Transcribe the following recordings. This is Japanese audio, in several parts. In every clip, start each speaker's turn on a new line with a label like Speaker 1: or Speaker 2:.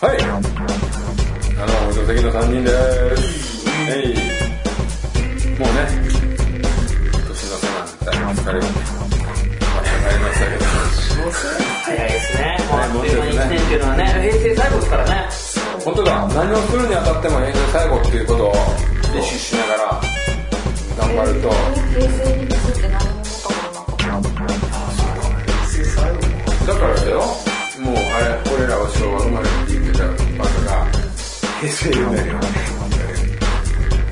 Speaker 1: はい。あの、助席の3人です。えい。もうね、年の差なんて疲れる。まりましたけど。
Speaker 2: 早いですね。もうあっ
Speaker 1: もう
Speaker 2: と
Speaker 1: ち
Speaker 2: いう
Speaker 1: ょっと
Speaker 2: 間
Speaker 1: ね
Speaker 2: に1年っていうのはね、平成最後ですからね。
Speaker 1: 本当だ何をするにあたっても編成最後っていうことを意識しながら頑張ると
Speaker 3: 平成について何もかもなかった。
Speaker 1: だからだよもうあれ俺らは昭和生まれって言ってたバカが平成生まれよ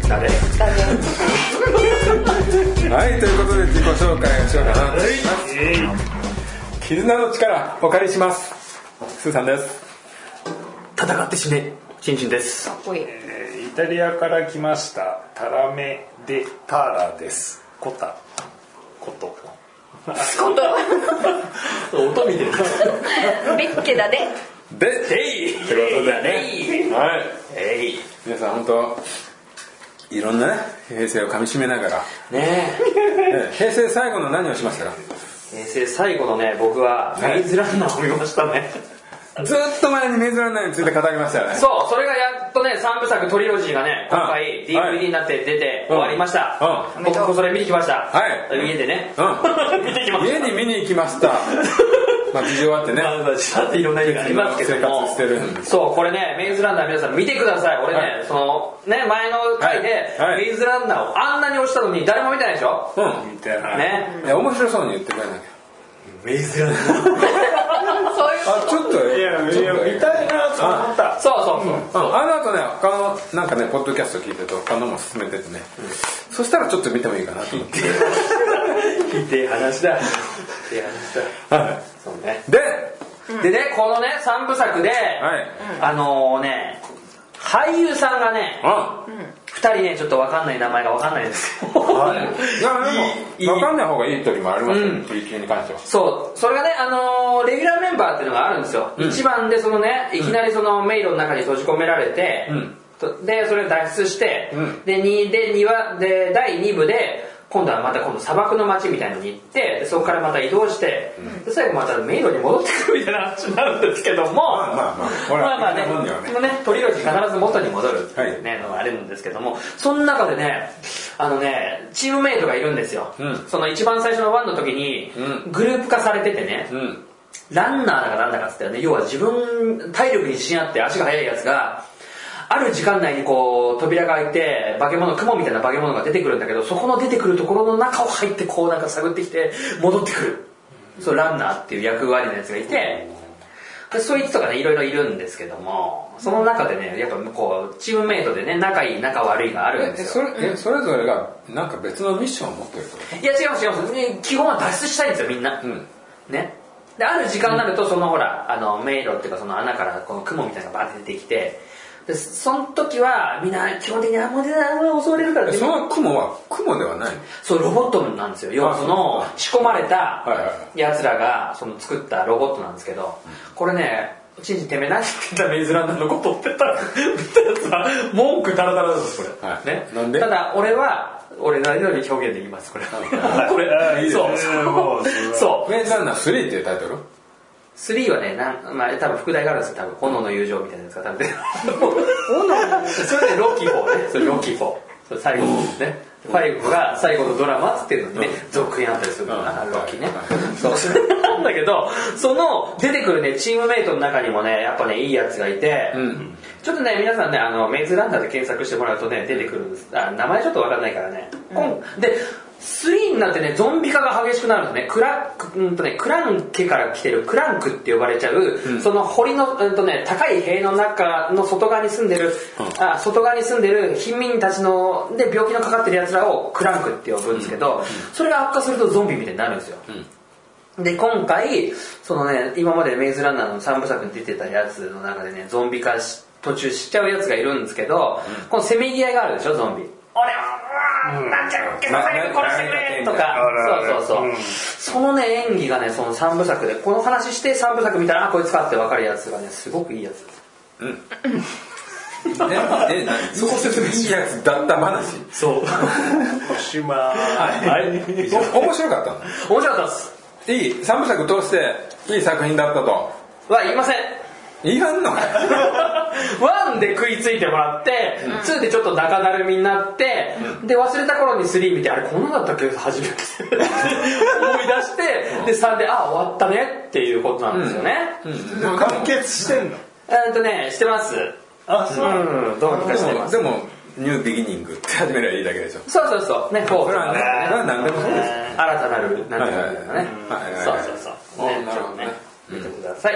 Speaker 2: 誰
Speaker 1: はいということで自己紹介をしようかなと思います絆の力お借りしますスーさんです
Speaker 2: 戦って死ね。チンチンです。
Speaker 3: かっこいい。
Speaker 4: えーイタリアから来ましたタラメ・デ・タラですコタコト
Speaker 3: 今度
Speaker 2: 音見てる。
Speaker 3: ベッケだね。
Speaker 1: で
Speaker 2: えい
Speaker 4: ということでね
Speaker 1: はい
Speaker 2: えい
Speaker 1: 皆さん本当いろんなね平成をかみしめ ながら、
Speaker 2: ね
Speaker 1: ええ平成最後の何をしましたか
Speaker 2: え、平成最後のね、僕は、メイズランナーを見ましたね。
Speaker 1: ずっと前にメイズランナーについて語りましたよね
Speaker 2: そう、それがやっとね、3部作トリロジーがね、今回
Speaker 1: うんはい
Speaker 2: DVD になって出て終わりました
Speaker 1: う。
Speaker 2: 僕もそれ見てきました。
Speaker 1: はい
Speaker 2: 家でね。
Speaker 1: うん
Speaker 2: 見てきました。
Speaker 1: 家に見に行きま したまあ事情あってね
Speaker 2: まあまあ、だっていろんな意味がありますけども
Speaker 1: 生活してるんで
Speaker 2: そうこれねメイズランナー皆さん見てください俺ね、
Speaker 1: はい
Speaker 2: そのね前の回で、
Speaker 1: はいはい
Speaker 2: メイズランナーをあんなに押したのに誰も見てないでしょ、
Speaker 1: うん
Speaker 4: みたいな
Speaker 2: ね
Speaker 1: いや面白そうに言ってくれなきゃ
Speaker 4: メイズラン
Speaker 3: そういう
Speaker 1: あちょっと
Speaker 4: いやいや見たいなと思った
Speaker 2: そうそうそ
Speaker 1: う
Speaker 2: う、
Speaker 1: ん、あの後ね他のなんかねポッドキャスト聞いてると他のも勧めててね、そしたらちょっと見てもいいかなと思って
Speaker 2: ひでえ話だひでえ話だ
Speaker 1: は
Speaker 2: そうね
Speaker 1: いで
Speaker 2: でねこのね3部作で、
Speaker 1: はい
Speaker 2: あのね俳優さんがね
Speaker 1: あ
Speaker 2: 2人ねちょっと分かんない名前が分かんないんですよ、
Speaker 1: いや
Speaker 2: い
Speaker 1: で
Speaker 2: い
Speaker 1: も分かんない方がいい時もありますよ、
Speaker 2: うん
Speaker 1: P 級に関しては
Speaker 2: そう、それがね、あのーレギュラーメンバーっていうのがあるんですよ。一、番でそのね、いきなりその迷路の中に閉じ込められて、
Speaker 1: うん
Speaker 2: とで、それを脱出して、
Speaker 1: うん
Speaker 2: で、2で、二話、で、第2部で、今度はまた今度砂漠の街みたいのに行って、でそこからまた移動して、で最後また迷路に戻ってくるみたいな話になるんですけども、ま
Speaker 1: あまあまあほら
Speaker 2: まあま
Speaker 1: そ
Speaker 2: あ
Speaker 1: んなもんには
Speaker 2: ね、
Speaker 1: ね
Speaker 2: このね、トリロジー必ず元に戻るって
Speaker 1: はい
Speaker 2: いうね、のがあるんですけども、その中でね、あのね、チームメイトがいるんですよ。
Speaker 1: うん
Speaker 2: その一番最初のワンの時に、
Speaker 1: う
Speaker 2: グループ化されててね、
Speaker 1: うん
Speaker 2: ランナーだかなんだかっつったよね要は自分体力に自信あって足が速いやつがある時間内にこう扉が開いて化け物雲みたいな化け物が出てくるんだけどそこの出てくるところの中を入ってこうなんか探ってきて戻ってくるそうランナーっていう役割のやつがいてでそいつとかねいろいろいるんですけどもその中でねやっぱこうチームメイトでね仲いい仲悪いがあるん
Speaker 1: え
Speaker 2: です
Speaker 1: そ
Speaker 2: よ
Speaker 1: れえそれぞれがなんか別のミッションを持ってるってこ
Speaker 2: いや違います違います基本は脱出したいんですよみんな、
Speaker 1: とうん
Speaker 2: ねである時間になるとそのほらあの迷路っていうかその穴からこの雲みたいなのがバーって出てきてでその時はみんな基本的にあもう出ないもう襲われるからっ
Speaker 1: え
Speaker 2: て
Speaker 1: その雲は雲ではないの
Speaker 2: そうロボットなんですよ要はその仕込まれた
Speaker 1: はいはいは
Speaker 2: やつらがその作ったロボットなんですけどこれねちんちんてめえ何言ってんだメイズランナーのことってた 見たやつは文句ダラダラですこれ、
Speaker 1: はい
Speaker 2: ね、
Speaker 1: なんで
Speaker 2: ただ俺は俺なりのに表現できますこれ こ
Speaker 4: あい
Speaker 2: れ
Speaker 4: いです
Speaker 2: そう
Speaker 4: ねもうすごい
Speaker 2: そう
Speaker 1: メイズランナー3っていうタイトル
Speaker 2: 3はね、なんまあ、多分副題があるんですよ、多分炎の友情みたいなやつが多分出てる。 それでロッキー4ね、それロッキー4。それ最後ですね。5が最後のドラマっていうのにね、続編あったりするから、
Speaker 1: うん
Speaker 2: ロッキーね
Speaker 1: は。
Speaker 2: そう、それなんだけど、その出てくるね、チームメイトの中にもね、やっぱね、いいやつがいて、
Speaker 1: ん
Speaker 2: ちょっとね、皆さんね、あの、メイズランナーで検索してもらうとね、出てくるんです。あ名前ちょっとわかんないからね。こんで、3になってね、ゾンビ化が激しくなるのね。クラック、うんとね、クラン家から来てるクランクって呼ばれちゃう、その堀の、うんとね、高い塀の中の外側に住んでる、あ、外側に住んでる貧民たちの、で、病気のかかってる奴らをクランクって呼ぶんですけど、それが悪化するとゾンビみたいになるんですよ。で、今回、そのね、今までメイズランナーの3部作に出てたやつの中でね、ゾンビ化し、途中しちゃうやつがいるんですけど、このせめぎ合いがあるでしょ、ゾンビ。俺は、うわーなんちゃら、けど早く殺してくれとか
Speaker 4: あるあ、る
Speaker 2: そうそうそう。
Speaker 4: うん
Speaker 2: そのね、演技がね、その3部作で、この話して3部作見たら、あ、こいつかって分かるやつがね、すごくいいやつです。
Speaker 1: うんええ何そこ説明しいやつだった話
Speaker 2: そう。
Speaker 4: おしまー
Speaker 2: はい。
Speaker 1: お面白かった
Speaker 2: 面白かったっす。
Speaker 1: のいい三部作通していい作品だったと
Speaker 2: は言いません。
Speaker 1: 言わんのかよ
Speaker 2: 1で食いついてもらって、2でちょっと中だるみになって、で忘れた頃に3見てあれこんなだったっけ初めて 思い出してで3であ終わったねっていうことなんですよね、
Speaker 1: でも
Speaker 4: 完結してんの
Speaker 2: うんとねしてます
Speaker 4: あそうなの
Speaker 2: うんどうにかして
Speaker 1: で
Speaker 2: ま
Speaker 1: も
Speaker 2: す
Speaker 1: でもニュービギニングって始めればいいだけでしょ
Speaker 2: そうそうそうねこう
Speaker 1: それはねそれは何でもそうです
Speaker 2: 新たなるなんていうのか
Speaker 1: は
Speaker 2: ね
Speaker 1: いはいはい
Speaker 2: そうそうそう
Speaker 1: あ
Speaker 2: ね
Speaker 1: な
Speaker 2: ち
Speaker 1: る
Speaker 2: ょっ
Speaker 1: ほど
Speaker 2: とね
Speaker 1: ね
Speaker 2: 見てください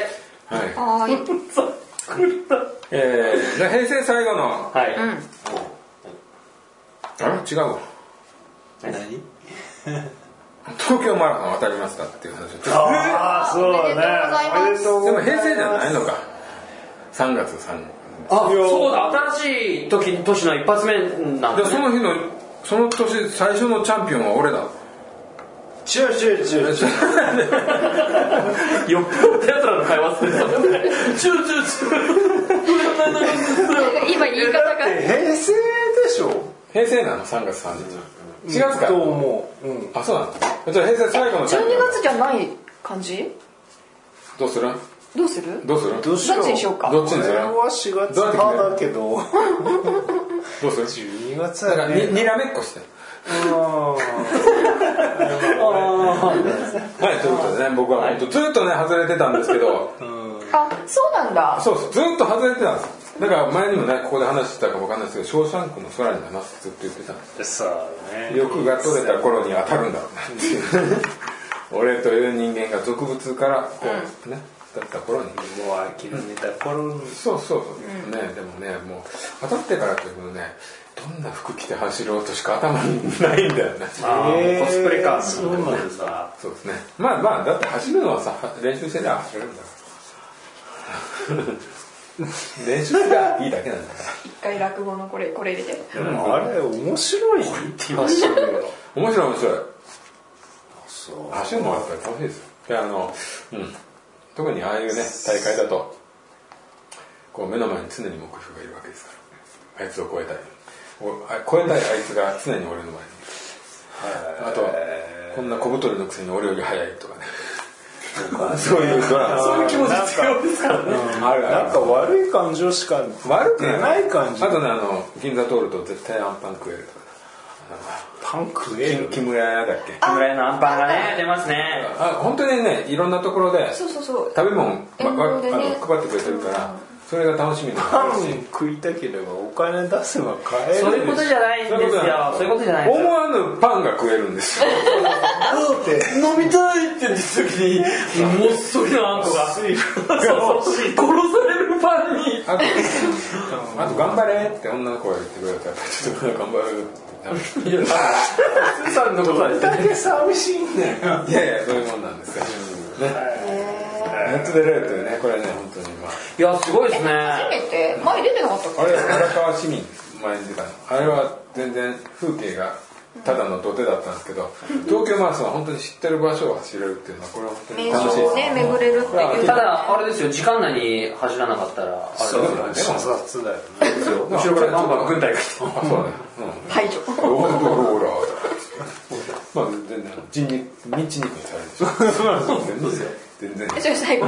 Speaker 1: はい
Speaker 3: はーい。
Speaker 2: そっくら
Speaker 1: えーじゃあ平成最後の
Speaker 2: はい、
Speaker 3: うん。
Speaker 1: あれ違うわ
Speaker 2: 何
Speaker 1: 東京マラソン渡りましたっていう話を
Speaker 4: ああそうね
Speaker 3: おめでとう
Speaker 1: でも平成じゃないいのか3月3
Speaker 2: あ
Speaker 4: いや
Speaker 2: そうだ新しい時年の一発目なん
Speaker 1: 日で
Speaker 2: だ、
Speaker 1: そ
Speaker 2: ね、
Speaker 1: の日のその年最初のチャンピオンは俺だ
Speaker 4: チューチューチューチュー
Speaker 2: よっぽどやつらの会話するんだもんねチューチューチュ
Speaker 3: なんか今言い方
Speaker 4: だっ
Speaker 3: が。
Speaker 4: て平成でしょ
Speaker 1: 平成なの3月3日4月か
Speaker 4: と思ううん
Speaker 1: あそうなのじゃあ平成最後のチャンピ
Speaker 3: 12
Speaker 1: オン
Speaker 3: 月じゃない感じ
Speaker 1: どうする
Speaker 3: どうする
Speaker 1: どうする
Speaker 4: どうしよう
Speaker 3: どっちにしようか
Speaker 1: どっちにす
Speaker 4: これ
Speaker 1: る
Speaker 4: は4月
Speaker 1: どうやって決める
Speaker 4: だけど
Speaker 1: どうする
Speaker 4: 12月
Speaker 1: だか
Speaker 4: だ
Speaker 1: らに
Speaker 4: ね
Speaker 1: にらめっこしてはいということでね僕は本当ずっとね外れてたんですけど
Speaker 3: あ、そうなんだ。
Speaker 1: そうですずっと外れてたんですだから前にもねここで話してたか分かんないですけど「ショーシャンクの空に話す」ずっと言ってたんです
Speaker 4: うんさあね
Speaker 1: 欲が取れた頃に当たるんだろうなっていう俺という人間が俗物からこうねだった頃に
Speaker 4: もう諦めた頃に
Speaker 1: そうそうそう、ねでもねもう当たってからというとねどんな服着て走ろうとしか頭にないんだよね
Speaker 2: あー
Speaker 4: へー
Speaker 2: コスプレか
Speaker 4: そうなんですか
Speaker 1: そうですねまあまあだって走るのはさ練習してりゃ走れるんだから 練習してりゃいいだけなんだから
Speaker 3: 一回落語のこれ、これ入れて。
Speaker 4: でもあれ面白いって言いましたよ
Speaker 1: 面白い面白い
Speaker 4: そう
Speaker 1: 走るのはやっぱり楽しいですよであの、うん、特にああいうね大会だとこう目の前に常に目標がいるわけですからあいつを超えたいおあ超えたいあいつが常に俺の前にいるあとはこんな小太りのくせに俺より速いとかね そういうドラマそういう気持ち
Speaker 4: なんか
Speaker 2: ですからね
Speaker 1: あるあ
Speaker 4: なんか
Speaker 1: る
Speaker 4: 悪い感情しか
Speaker 1: 悪く
Speaker 4: ない感じ
Speaker 1: あとねあの銀座通ると絶対アンパン食えるとかね
Speaker 4: パン食える
Speaker 1: 木村屋だっけ
Speaker 2: 木村屋のアンパンがね出ますね
Speaker 1: あ本当にねいろんなところで
Speaker 3: そうそうそう。
Speaker 1: 食べ物ばばあ
Speaker 3: 遠慮でね
Speaker 1: の配ってくれてるからそれが楽しみな
Speaker 4: パ
Speaker 1: ん
Speaker 4: ン
Speaker 1: ですし
Speaker 4: 食いたければお金出せば買える
Speaker 2: そういうことじゃないんですよそういうことじゃないんです
Speaker 1: 思
Speaker 2: よ
Speaker 1: わぬパンが食えるん ですよ
Speaker 4: だって
Speaker 2: 飲みたいって言った時にもっそりのあんこが
Speaker 4: 水分
Speaker 2: そうそう殺されるパンに
Speaker 1: あとあと頑張れって女の子が言ってくれたらちょっと頑張るってなる
Speaker 2: いやさんのことはです
Speaker 4: だ
Speaker 2: ね
Speaker 4: け寂しいんだよ
Speaker 1: いやいやそういうもんなんですよねネットで出るというねこれね本当にまあ
Speaker 2: いやすごいですね
Speaker 3: 初めて前出てなかったっ
Speaker 1: あれは荒川市民前に出たのあれは全然風景がただの土手だったんですけど東京マラソンは本当に知ってる場所を走れるっていうのはこれは本当
Speaker 3: け
Speaker 1: に
Speaker 3: 名
Speaker 1: 楽しい
Speaker 3: 所
Speaker 1: です
Speaker 3: をね、巡れるっていう。
Speaker 2: ただあれですよ時間内に走らなかったらあれ
Speaker 1: だね
Speaker 4: 自殺だよね
Speaker 2: ですよ後ろからバンバン軍隊が来て
Speaker 1: あそうねうん
Speaker 3: 排除。
Speaker 1: ローラローラまあ全然人肉ミンチ肉にされるでしょそうですよ全然
Speaker 3: え、それ最後、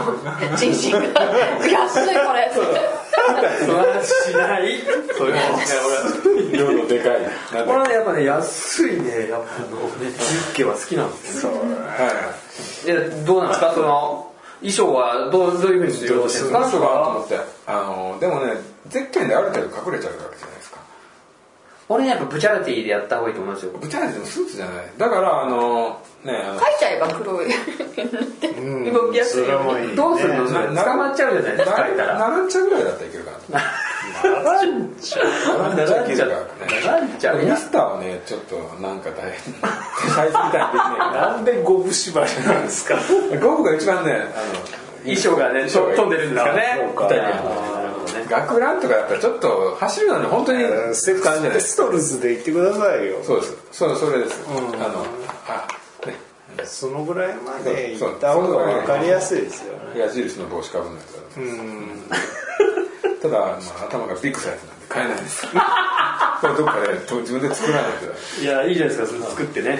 Speaker 3: 人心 が、悔しいこれ。
Speaker 2: その話しないそういう話
Speaker 1: 量のでかいなんだ
Speaker 2: これはねやっぱね安いねやっぱあのねユッケは好きなんですよ
Speaker 1: はい
Speaker 2: でどうなんですかその衣装はどうどういうふうにして用意してるん
Speaker 1: 彼
Speaker 2: です
Speaker 1: 女がと
Speaker 2: か
Speaker 1: 思ってあのでもねゼッケンである程度隠れちゃうわけじゃないですか
Speaker 2: 俺ねやっぱブチャラティでやった方がいいと思いますよ
Speaker 1: ブチャラでもスーツじゃないだからあのねあの
Speaker 3: 書いちゃえば黒い。
Speaker 4: うん
Speaker 3: 動きやすい
Speaker 4: それもいいね
Speaker 2: どうするの
Speaker 4: な
Speaker 2: 捕まっちゃうじゃないですか書いたら
Speaker 1: 並んちゃうぐらいだったらいけるかな
Speaker 4: らんちゃ
Speaker 1: 並んちゃういけるから
Speaker 2: 並んじゃう
Speaker 1: ねミ
Speaker 2: や
Speaker 1: スターはねちょっとなんか大変サイズみたいにできないか
Speaker 4: うなんで五分縛りなんですか
Speaker 1: らゴブが一番ねあの
Speaker 2: 衣装がね
Speaker 1: 装がいい
Speaker 2: 飛んでるんですかね
Speaker 4: そうか
Speaker 2: みたいななるほどね
Speaker 1: 学ランとかだったらちょっと走るのに本当に
Speaker 4: セ
Speaker 1: 感じない
Speaker 4: ピストルズで言ってくださいよ
Speaker 1: そうですそうそれです、
Speaker 4: うん
Speaker 1: あのあね
Speaker 4: そのぐらいまで行った方が分かりやすいですよね
Speaker 1: 矢印の帽子かぶんない
Speaker 4: う
Speaker 1: と
Speaker 4: ん
Speaker 1: ただ、まあ、頭がビッグサイズなんで買えないです これどっかでと自分で作らないとだ
Speaker 2: いやいいじゃないですかそれ作ってね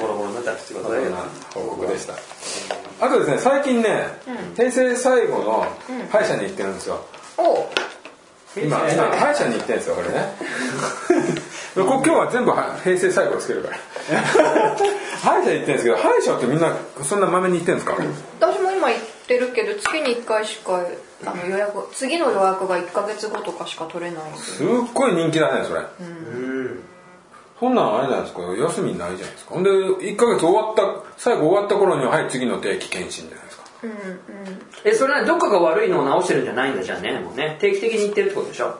Speaker 2: ボロボロになったらしてください
Speaker 1: ような
Speaker 2: よ
Speaker 1: 報告でしたあとですね最近ね、平成最後の歯医者に行ってるんですよ、
Speaker 3: お
Speaker 1: 今今歯医者に行ってんですよこれねこれ今日は全部は平成最後つけるから歯医者行ってんですけど歯医者ってみんなそんなまめに行ってんですか
Speaker 3: 私も今行ってるけど月に1回しかあの予約次の予約が1ヶ月後とかしか取れないんです
Speaker 1: すっごい人気だねそれそんなんあれじゃないですか休みないじゃないですかほんで1ヶ月終わった最後終わった頃にははい次の定期検診じゃないですか
Speaker 3: うんうん
Speaker 2: えそれはどっかが悪いのを直してるんじゃないんだじゃあねもうね定期的に行ってるってことでしょ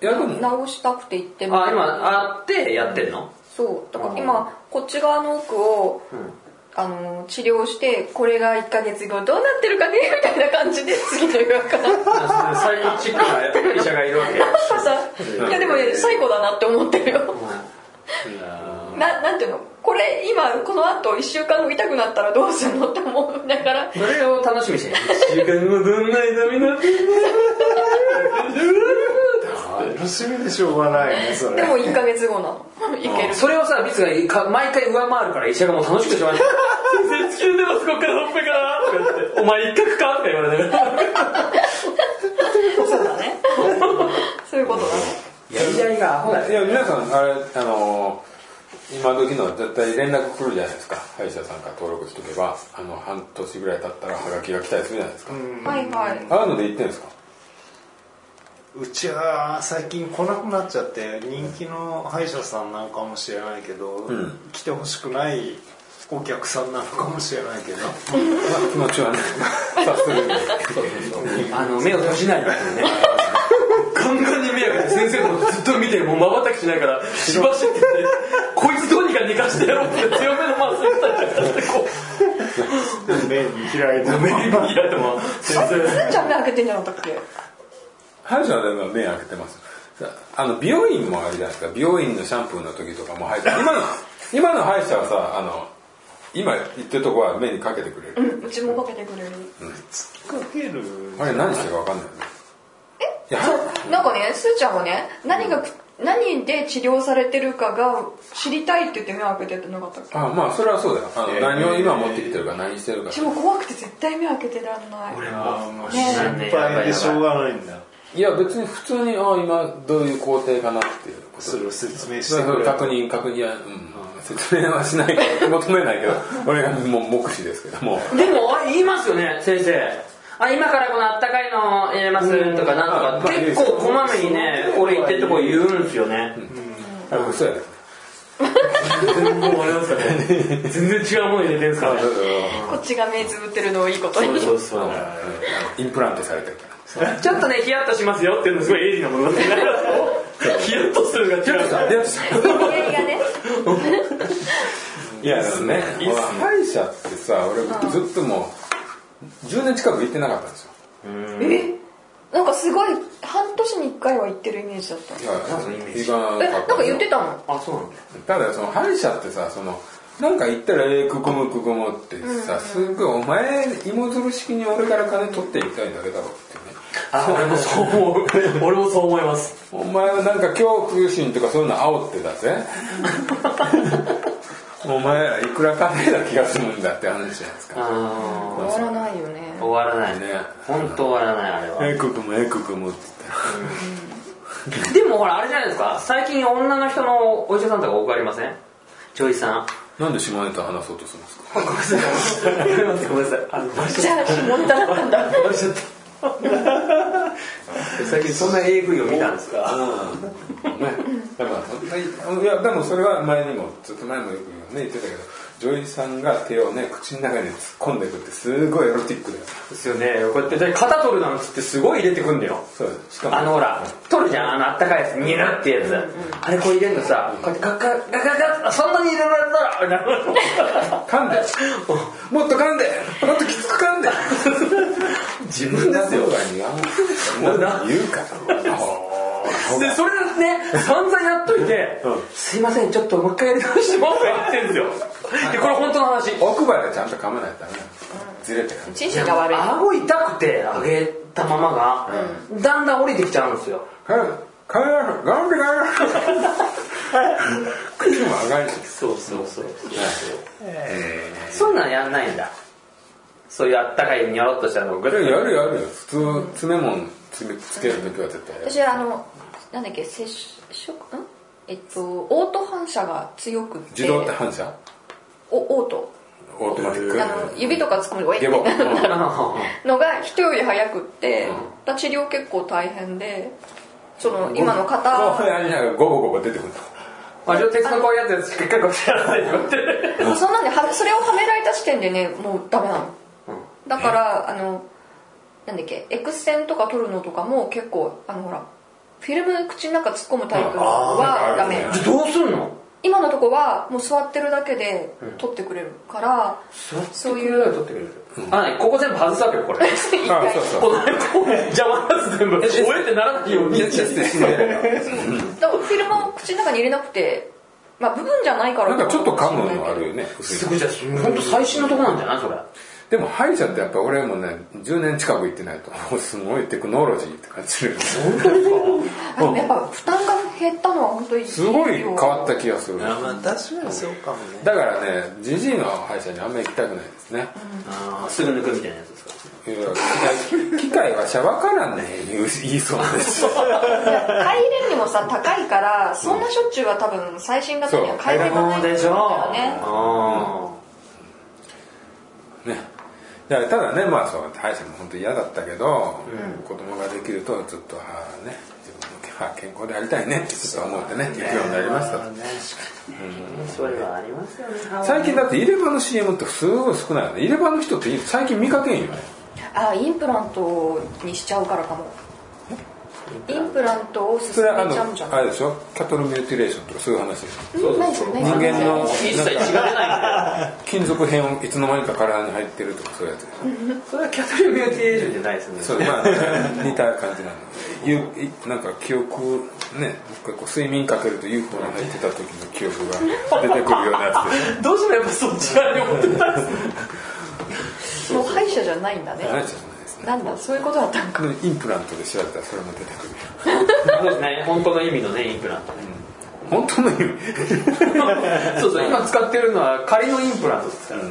Speaker 1: いやでも
Speaker 3: 直したくて行って
Speaker 2: あ今あってやってんの
Speaker 3: そうだから今こっち側の奥を、あの治療してこれが1ヶ月後どうなってるかねみたいな感 じで次の予約が
Speaker 2: あそれサイコチックな医者がいるわけ
Speaker 3: いやでもね最後だなって思ってるよ
Speaker 2: いや
Speaker 3: ななんていうのこれ今この後1週間後痛くなったらどうするのって思うだから
Speaker 2: ーそれを楽しみにして1週間後どんな痛みなって
Speaker 4: 楽しみでしょうがないねそ
Speaker 3: で
Speaker 4: れ
Speaker 3: も1ヶ月後なのいける
Speaker 2: それをさビツがか毎回上回るから医者がもう楽しくてしょうがない先生死んでますこっからほっぺからとか言ってお前一角かって言われて
Speaker 3: そうだねそういうことだね
Speaker 2: やり合いがアホだ
Speaker 1: いや皆さんあれあのー今時の絶対連絡来るじゃないですか歯医者さんから登録しとけばあの半年ぐらい経ったらハガキが来たりするじゃないですか、
Speaker 3: はいはい
Speaker 1: ああいうので行ってんですか
Speaker 4: うちは最近来なくなっちゃって人気の歯医者さんなのかもしれないけど、
Speaker 1: ん
Speaker 4: 来てほしくないお客さんなのかもしれないけ ど
Speaker 1: 気持ちはね察するんでそうそうそう
Speaker 2: あの目を閉じないんだよねガンガンに目開けて先生もずっと見てもうまばたきしないからしばしってこいつどうにか寝かしてやろうって強めの麻酔されちゃってこ
Speaker 4: 目に開いて
Speaker 2: う目に開いても先生
Speaker 3: じゃあ目開けてんじゃなかったっけ
Speaker 1: 歯医者でも目開けてますあの美容院もあるじゃないですか美容院のシャンプーの時とかも入って今の今の歯医者はさあの今言ってるとこは目にかけてくれる、
Speaker 3: うんうちもかけてくれる
Speaker 4: かける
Speaker 1: あれ何してるか分かんないよねえいや
Speaker 3: なんかねすーちゃんはね何が何で治療されてるかが知りたいって言って目を開けてってなかったっけ
Speaker 1: あまあそれはそうだよあの、
Speaker 4: えー
Speaker 1: 何を今持ってきてるか何してるか
Speaker 3: でも怖くて絶対目開けてらんない
Speaker 2: 俺
Speaker 4: あーもう
Speaker 3: ね
Speaker 4: 心配でしょうがないんだ
Speaker 1: いや別に普通にあ今どういう工程かなっていうこと
Speaker 4: それを説明し
Speaker 1: そ
Speaker 4: て
Speaker 1: れそ
Speaker 4: くれ
Speaker 1: れ
Speaker 4: る
Speaker 1: 確認確認は、うん、説明はしない求めないけど俺がもう目視ですけども
Speaker 2: でもあ言いますよね先生あ今からこのあったかいの入れますとかなんとか
Speaker 1: うん
Speaker 2: 結構こまめにね俺言ってるとこ言うんですよね
Speaker 1: あそうやね
Speaker 2: 全然もうあれなんですかね全然違うもの入れてるんですからね
Speaker 3: こっちが目つぶってるのをいいことに
Speaker 2: そうそう
Speaker 1: インプラントされてるから
Speaker 2: ちょっとねヒヤッとしますよっていうのすごい鋭利なものなんですけどヒヤッとするが違う
Speaker 3: 左がね
Speaker 1: いやでもね俺歯医者ってさ俺ずっともう10年近く行ってなかったんですよ
Speaker 3: えなんかすごい半年に1回は行ってるイメージだった
Speaker 1: いや
Speaker 2: そのイメージ
Speaker 1: 一番
Speaker 3: えなんか言ってたの
Speaker 2: あそうなんだ
Speaker 1: ただその歯医者ってさそのなんか言ったら「えー、くこむくこむ」ってさすごいお前芋づる式に俺から金取ってみたいだけだろっていうね
Speaker 2: あ俺もそう思う 俺もそう思います
Speaker 1: お前はなんか恐怖心とかそういうの煽ってたぜ お前らいくら稼いだ気がするんだって話じゃないですか
Speaker 2: あ
Speaker 3: 終わらないよね
Speaker 2: ー終わらない
Speaker 1: ね
Speaker 2: 本当終わらないあ
Speaker 1: 「
Speaker 2: れは
Speaker 1: えー、くこむえー、くこむ」って言ったら
Speaker 2: でもほらあれじゃないですか最近女の人のお医者さんとか多くありません女医さん
Speaker 1: なんで下ネタ話そうとするんですか
Speaker 2: ごめんなさいごめんなさいあの
Speaker 3: じゃあ下ネタだったんだ
Speaker 2: 最近そんな AV を見たんですか
Speaker 1: うんね、だからそんないやでもそれは前にもちょっと前もよくね言ってたけど女優さんが手をね口の中に突っ込んでいくってすごいエロティックだよ
Speaker 2: ですよねこうやってで肩取るなんつってすごい入れてくんだよ
Speaker 1: そうしかも
Speaker 2: あのほら取るじゃんあのあったかいやつニューってやつあれこう入れんのさこうやってガッガッガッガッガッそんなに入れられたら
Speaker 1: 噛んでもっと噛んでもっときつく噛んで
Speaker 2: 自分ですよ
Speaker 1: そんなこと が似合うそんなこと言うから
Speaker 2: でそれね散々やっといて「
Speaker 1: うん
Speaker 2: すいませんちょっともう一回やり直しても」って言ってんですよでこれ本当の話
Speaker 1: 奥歯でちゃんと噛まないとダメなんですずれて噛んで
Speaker 3: 人生が悪い
Speaker 2: 顎痛くてあげったままが、だんだん降りてきちゃうんですよ
Speaker 1: 帰らないなんで帰らない口も上がるし
Speaker 2: そうそうそう、そんなんやんないんだそういうあったかいにょろっとしたのをグッ
Speaker 1: いや や
Speaker 2: と
Speaker 1: るやる普通詰め物つめつけるときは絶対やる
Speaker 3: 私あのなんだっけ接触んえっとオート反射が強くって
Speaker 1: 自動って反射
Speaker 3: おオート
Speaker 1: オートマティッ
Speaker 3: あの
Speaker 1: ク
Speaker 3: 指とか突っ込んでウェイ
Speaker 1: ゲボ
Speaker 3: ってなる
Speaker 2: あ
Speaker 3: のが人より早くって、だ治療結構大変でその今の方
Speaker 1: こうやりながらゴボゴボ出てくる
Speaker 2: あ上鉄のこういうやつしか結構知らないよって
Speaker 3: もうそんなんではそれをはめられた時点でねもうダメなの、だからあのなんだっけ X 線とか取るのとかも結構あのほらフィルム口の中突っ込むタイプはダメ
Speaker 2: じゃあどうすんの
Speaker 3: 今のとこはもう座ってるだけで取ってくれるから、
Speaker 2: そういうの取ってくれる、あないここ全部外すわけよこれ
Speaker 3: 一
Speaker 1: あ
Speaker 3: 回
Speaker 1: そうそう
Speaker 2: このこう邪魔なやつ全部おえってならないように
Speaker 1: いやいやいやいや
Speaker 3: だからフィルムを口の中に入れなくてまあ部分じゃないから
Speaker 1: なんかちょっと噛むのあるよ ね
Speaker 2: すごいじゃあ本当最新のとこなんじゃないそれ
Speaker 1: でも歯医者ってやっぱ俺もね10年近く行ってないともうすごいテクノロジーって感じす るよね
Speaker 3: あでもやっぱ負担が減ったのは本当に
Speaker 1: すごい変わった気がするだ
Speaker 5: まあ確かにそうかもね
Speaker 1: からねじじいの歯医者にあんまり行きたくないですね
Speaker 2: あーすぐ抜くみたいなやつですか
Speaker 1: いや機械機械はしゃばからね言う言いそうです
Speaker 3: 入れるにもさ高いからそんなしょっちゅうは多分最新型には変えていかない
Speaker 2: そうでしょ
Speaker 3: からね
Speaker 2: あ
Speaker 1: ねだからただねまあそう歯医者も本当嫌だったけど、子供ができるとずっと歯ね自分の歯健康でありたいねってちょっと思ってね行くようになりましたと
Speaker 2: それはありますよね
Speaker 1: 最近だって入れ歯の CM ってすごい少ないよね入れ歯の人って最近見かけんよね
Speaker 3: あインプラントにしちゃうからかもインプラントを
Speaker 1: そ
Speaker 3: 進
Speaker 1: れ
Speaker 3: め
Speaker 1: はあ
Speaker 3: ちゃうんじゃ
Speaker 1: の
Speaker 3: な
Speaker 1: あ
Speaker 3: い
Speaker 1: れでしょキャトルミューティレーションとかそういう話でしょ
Speaker 3: うんないですよね
Speaker 1: 人間の
Speaker 2: 一切違われないんだよ
Speaker 1: 金属片をいつの間にか体に入ってるとかそういうやつでしょ
Speaker 2: それはキャトリンビューティーエージョンじゃないですね
Speaker 1: そうまあ似た感じなのゆなんか記憶ねこう睡眠かけると UFO に入ってた時の記憶が出てくるようなやつでしょ
Speaker 2: どうしてもやっぱそっち側に思ってたんです
Speaker 3: もう歯医者じゃないんだね
Speaker 1: ないじゃないですね
Speaker 3: なんだそういうことだったんか
Speaker 1: このインプラントで調べたらそれも出てくる
Speaker 2: そうですね本当の意味のねインプラントね
Speaker 1: 本当の意味
Speaker 2: そうそう今使ってるのは仮のインプラントですからね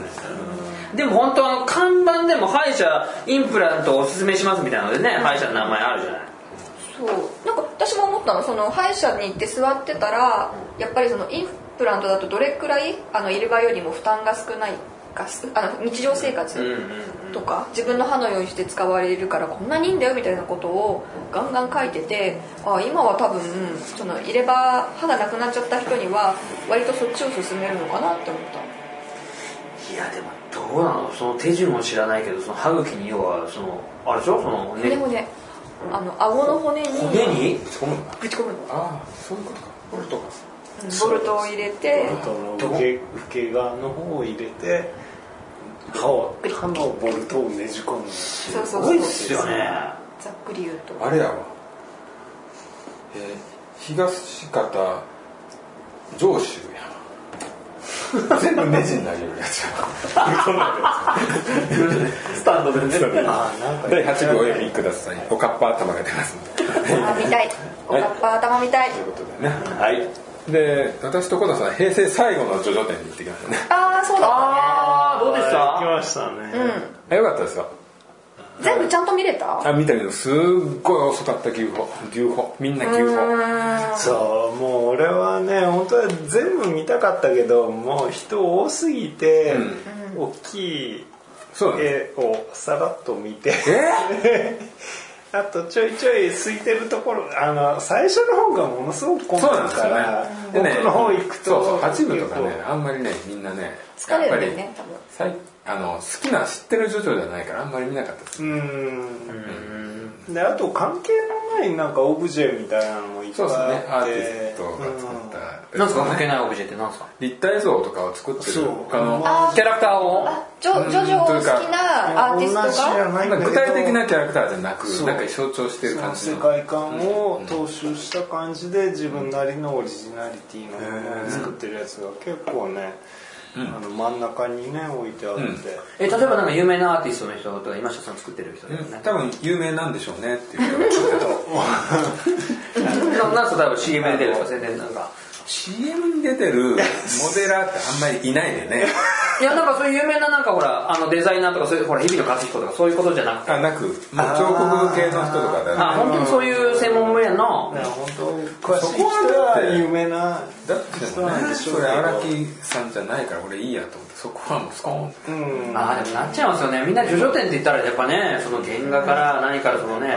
Speaker 2: でも本当あの看板でも歯医者インプラントをおすすめしますみたいなのでね歯医者の名前あるじゃない
Speaker 3: そうなんか私も思ったのその歯医者に行って座ってたらやっぱりそのインプラントだとどれくらいあの入れ歯よりも負担が少ないかすあの日常生活、
Speaker 2: うんうん
Speaker 3: とか自分の歯のようにして使われるからこんなにいいんだよみたいなことをガンガン書いててあ今は多分その入れ歯歯がなくなっちゃった人には割とそっちを勧めるのかなって思った
Speaker 2: いやでもどうなのその手順を知らないけどその歯茎に要はそのあれでしょそのね
Speaker 3: でもねあの顎の骨に
Speaker 2: 骨に
Speaker 1: そうなんだ
Speaker 3: ぶち込むの
Speaker 1: ああそういうことかこれとか
Speaker 3: ボルトを入れて
Speaker 5: あとの受け受け側の方を入れて歯を歯のボルトをねじ込む
Speaker 3: そう
Speaker 2: す
Speaker 3: そう
Speaker 2: ごいっ
Speaker 3: そう
Speaker 2: すよね
Speaker 3: ざっくり言うと
Speaker 1: あれやわえー東方上州やわ全部ネジになりよるやつやわ
Speaker 2: スタンドでね
Speaker 5: ああなんか
Speaker 1: 第8部お読みくださいおかっぱ頭が出ますんで
Speaker 3: 頭見たいおかっぱ頭見たい
Speaker 1: ということでね
Speaker 2: はい
Speaker 1: で私と小田さん平成最後のジョジョ展に行ってきましたね
Speaker 3: ああそうだっ
Speaker 2: ああどうでし
Speaker 5: 行き
Speaker 2: た
Speaker 5: ましたね、
Speaker 3: たね
Speaker 1: あよかったですよ
Speaker 3: うん全部ちゃんと見れた
Speaker 1: あ見たけどすっごい遅かった牛歩牛歩みんな牛歩
Speaker 5: そうもう俺はね本当は全部見たかったけどもう人多すぎて、大きい
Speaker 1: そうだね
Speaker 5: 絵をさらっと見て
Speaker 1: え
Speaker 5: あとちょいちょい空いてるところあの最初の方がものすごく混んで
Speaker 1: そうなん
Speaker 5: る
Speaker 1: です
Speaker 5: か
Speaker 1: よ
Speaker 5: ら、
Speaker 1: ねでね
Speaker 5: 奥の方行くと
Speaker 1: そうそう8部とか
Speaker 5: 結
Speaker 1: ね
Speaker 5: 構
Speaker 1: あんまりねみんなね
Speaker 3: 疲れ
Speaker 1: や
Speaker 3: るよ
Speaker 1: っぱり
Speaker 3: ね多分
Speaker 1: さいあの好きな知ってるジョジョじゃないからあんまり見なかったです
Speaker 5: うーんであと関係のないなんかオブジェみたいなのもいっぱ
Speaker 1: そ
Speaker 5: いう
Speaker 1: ですねアー
Speaker 5: あっ
Speaker 1: テ
Speaker 5: て
Speaker 1: ィストが作ったや
Speaker 2: なん
Speaker 1: つ
Speaker 2: す
Speaker 1: を
Speaker 2: か
Speaker 1: ね
Speaker 2: 関係ないオブジェってなんすか
Speaker 1: 立体像とかを作って
Speaker 5: そ
Speaker 1: る
Speaker 5: う
Speaker 1: 他の
Speaker 3: あ
Speaker 2: キャラクターを
Speaker 3: あジョジョジョを好きなアーティ
Speaker 5: 同じ
Speaker 3: ス
Speaker 5: じ
Speaker 3: トが
Speaker 5: ゃないんだけど
Speaker 1: 具体的なキャラクターじゃなく
Speaker 5: そう
Speaker 1: なんか象徴してる
Speaker 5: そ
Speaker 1: 感
Speaker 5: の
Speaker 1: じ
Speaker 5: 世
Speaker 1: の
Speaker 5: 界観を踏襲した感じで自分なりのオリジナリティのものを作ってるやつが結構ねあの真ん中にね置いてあって、
Speaker 1: うん
Speaker 2: え例えばなんか有名なアーティストの人とか今下さん作ってる人とかね
Speaker 1: 多分有名なんでしょうねっていうからちょっと
Speaker 2: ななんすか多分 CM に出てるとか全然なんか
Speaker 1: CM に出てるモデラーってあんまりいないでね
Speaker 2: いやなんかそういう有名ななんかほらあのデザイナーとかそういうほら日々の勝彦とかそういうことじゃなくて
Speaker 1: あなくもう彫刻系の人とかだ
Speaker 2: あ
Speaker 1: ね
Speaker 2: 本当にそういう専門分野の
Speaker 5: ね本当詳しい
Speaker 1: そ
Speaker 5: 人
Speaker 1: こはだって
Speaker 5: は有名な
Speaker 1: だってでもねそれ荒木さんじゃないから俺いいやと思ってそこはもうスコーンって
Speaker 5: うん
Speaker 2: ああでもなっちゃいますよねみんな叙々店って言ったらやっぱねその原画から何からそのね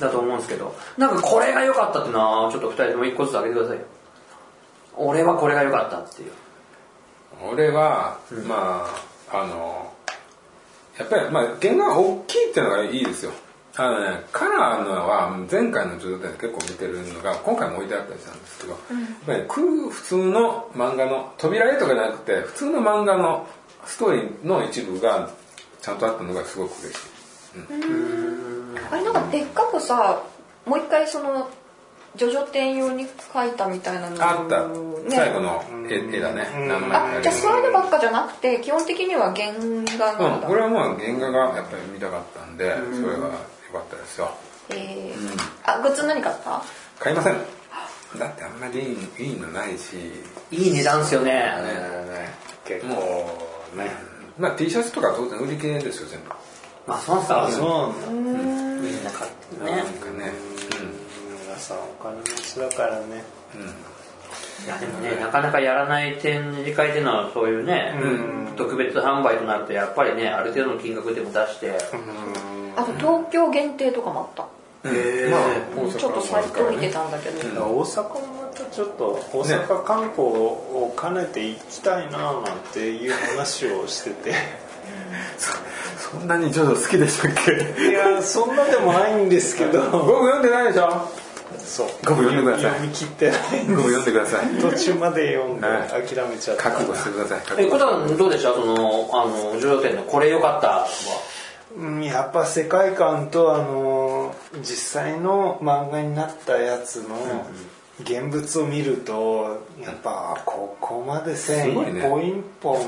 Speaker 2: だと思うんですけどなんかこれが良かったっていうのはちょっと2人でも1個ずつ挙げてくださいよ俺はこれが良かったっていう
Speaker 1: 俺は、まああのやっぱりまあ原画が大きいっていうのがいいですよあのねカラーのは前回の状態で結構見てるのが今回も置いてあったりしたんですけど、やっぱり空普通の漫画の扉絵とかじゃなくて普通の漫画のストーリーの一部がちゃんとあったのがすごく嬉しい
Speaker 3: あれなんかでっかくさもう一回そのジョジョ展用に描いたみたいなの
Speaker 1: あった、
Speaker 3: ね
Speaker 1: 最後の絵絵だね何枚かあ
Speaker 3: あ
Speaker 1: る
Speaker 3: じゃあそういうのばっかじゃなくて基本的には原画なん
Speaker 1: う
Speaker 3: だ、
Speaker 1: ん、俺はもう原画がやっぱり見たかったんで、それは良かったですよ
Speaker 3: えーあグッズ何買った
Speaker 1: 買いませんだってあんまりいいいいのないし、
Speaker 2: いい値段っすよね
Speaker 5: 結構ね
Speaker 1: まあ、T シャツとか当然売り切れですよ全部
Speaker 2: まあそうなんすか
Speaker 5: あそうなんだ
Speaker 2: みんな買って
Speaker 1: な
Speaker 2: ね
Speaker 1: んかね
Speaker 5: 皆さんお金持ちだからね
Speaker 2: いやでもねなかなかやらない展示会っていうのはそういうね、特別販売となるとやっぱりねある程度の金額でも出して、
Speaker 3: あと東京限定とかもあっ
Speaker 1: うんまあ大
Speaker 3: たちょっ
Speaker 1: 阪も
Speaker 3: と
Speaker 1: あ
Speaker 3: サイ
Speaker 1: るか
Speaker 3: ト
Speaker 1: ら
Speaker 3: 見て
Speaker 1: ね
Speaker 3: たんだけど、
Speaker 5: だから大阪もまたちょっと大阪観光を兼ねて行きたいななんていう話をしてて
Speaker 1: そんなにジョジョ好きでしたっけ
Speaker 5: いやそんなでもないんですけ
Speaker 1: 僕
Speaker 5: ど
Speaker 1: 読んでないでしょ
Speaker 5: そう
Speaker 1: 僕読んでください
Speaker 5: 読み切ってないんで
Speaker 1: 僕読んでください
Speaker 5: 途中まで読んで
Speaker 1: はい
Speaker 5: 諦めちゃった
Speaker 1: 覚悟してください覚
Speaker 2: え、こ
Speaker 1: 悟
Speaker 2: たんどうでしたその、あの、上店のこれ良かったは。
Speaker 5: うんやっぱ世界観とあのー実際の漫画になったやつの現物を見るとやっぱここまで線
Speaker 1: す
Speaker 5: 一
Speaker 1: ごいね
Speaker 5: 本一本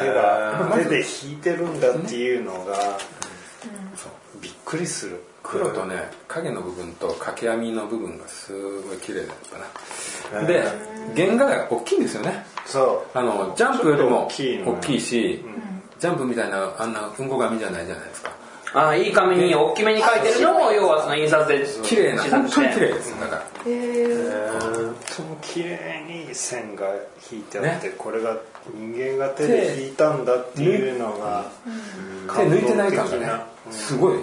Speaker 5: 手が手で引いてるんだっていうのがびっくりする
Speaker 1: 黒とね影の部分と掛け網の部分がすごい綺麗だったなで原画が大きいんですよね
Speaker 5: そ
Speaker 1: あのジャンプよりも大
Speaker 5: ちょっと大きいのね
Speaker 1: きいし、ジャンプみたいなあんなうんこ紙じゃないじゃないですか
Speaker 2: あ、いい紙に大きめに書いてるのを、要はその印刷で
Speaker 1: 綺麗な
Speaker 2: 小さ
Speaker 1: 本
Speaker 2: く
Speaker 1: 当に
Speaker 2: し
Speaker 1: 綺麗
Speaker 2: て。
Speaker 1: ですだから
Speaker 3: へー
Speaker 5: う本当に綺麗に線が引いてあって
Speaker 1: ね
Speaker 5: これが人間が手で引いたんだっていうのが
Speaker 1: 手抜いてない感
Speaker 5: 感動
Speaker 1: が
Speaker 5: 的
Speaker 1: ね
Speaker 5: なうん
Speaker 1: すごい書き込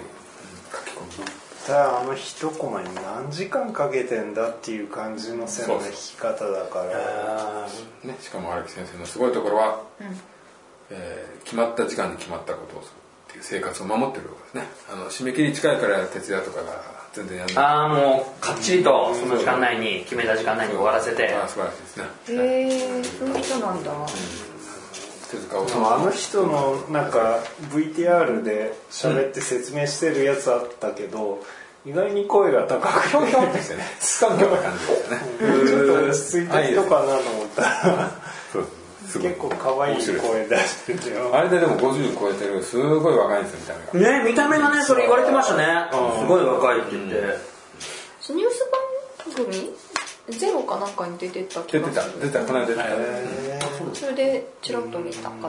Speaker 1: む
Speaker 5: ただあの一コマに何時間かけてんだっていう感じの線の引き方だから
Speaker 1: ね、しかも荒木先生のすごいところは、えー決まった時間に決まったことをするっていう生活を守ってるわけですねあの締め切り近いから徹夜とかが全然やんない
Speaker 2: ああ、もう、かっちりと、その時間内に、決めた時間内に終わらせて。
Speaker 1: あー素晴らしいですね
Speaker 3: へーそういう人なんだ
Speaker 1: 手塚治
Speaker 5: でもあの人のなんか VTR で喋って説明してるやつあったけど、意外に声が高くて
Speaker 1: ひょんひょんってして ねつかむような感じでしたね
Speaker 5: ちょっと落ち着いた人かなと思ったら
Speaker 1: そうすごい
Speaker 5: 結構可愛い声出しててよ
Speaker 1: あれででも50超えてるすごい若いんですよ見た目が
Speaker 2: ね、見た目がね、それ言われてましたね。すごい若いって言って。
Speaker 3: ニュース番組ゼロかなんかに出てた気
Speaker 1: 出
Speaker 3: が
Speaker 1: て
Speaker 3: す
Speaker 1: た出てたこの間出てた、
Speaker 3: それでチラッと見たかな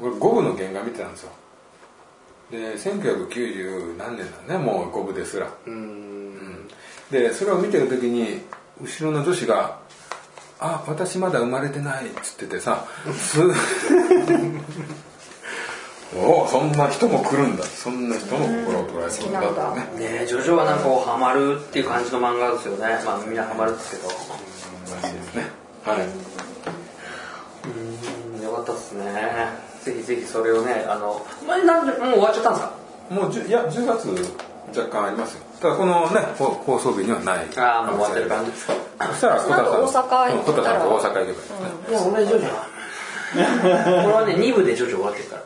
Speaker 1: これ五部の原画見てたんですよで1990何年だねもう五部ですらうんでそれを見てる時に後ろの女子が「あ私まだ生まれてない」っつっててさす おおそんな人も来るんだそんな人の心を捉えてるんだってね
Speaker 2: ね、ジョジョはなんかこう、ハマるっていう感じの漫画ですよね。まあ、みんなハマるんですけど。
Speaker 1: らしいですねはい
Speaker 2: うん、よかったっすね。ぜひぜひそれをね、あの、前なんで、もう終わっちゃったんですか
Speaker 1: もうじゅいや10月若干ありますよただこのねほ放送日にはない
Speaker 2: ああ、もう終わってる感じですか。
Speaker 1: そしたら小田さん
Speaker 3: その後大阪行ったら
Speaker 1: うん小田さんと大阪行けばいいですね、
Speaker 2: もう俺ジョジョは俺はね2部でジョジョ終わってるから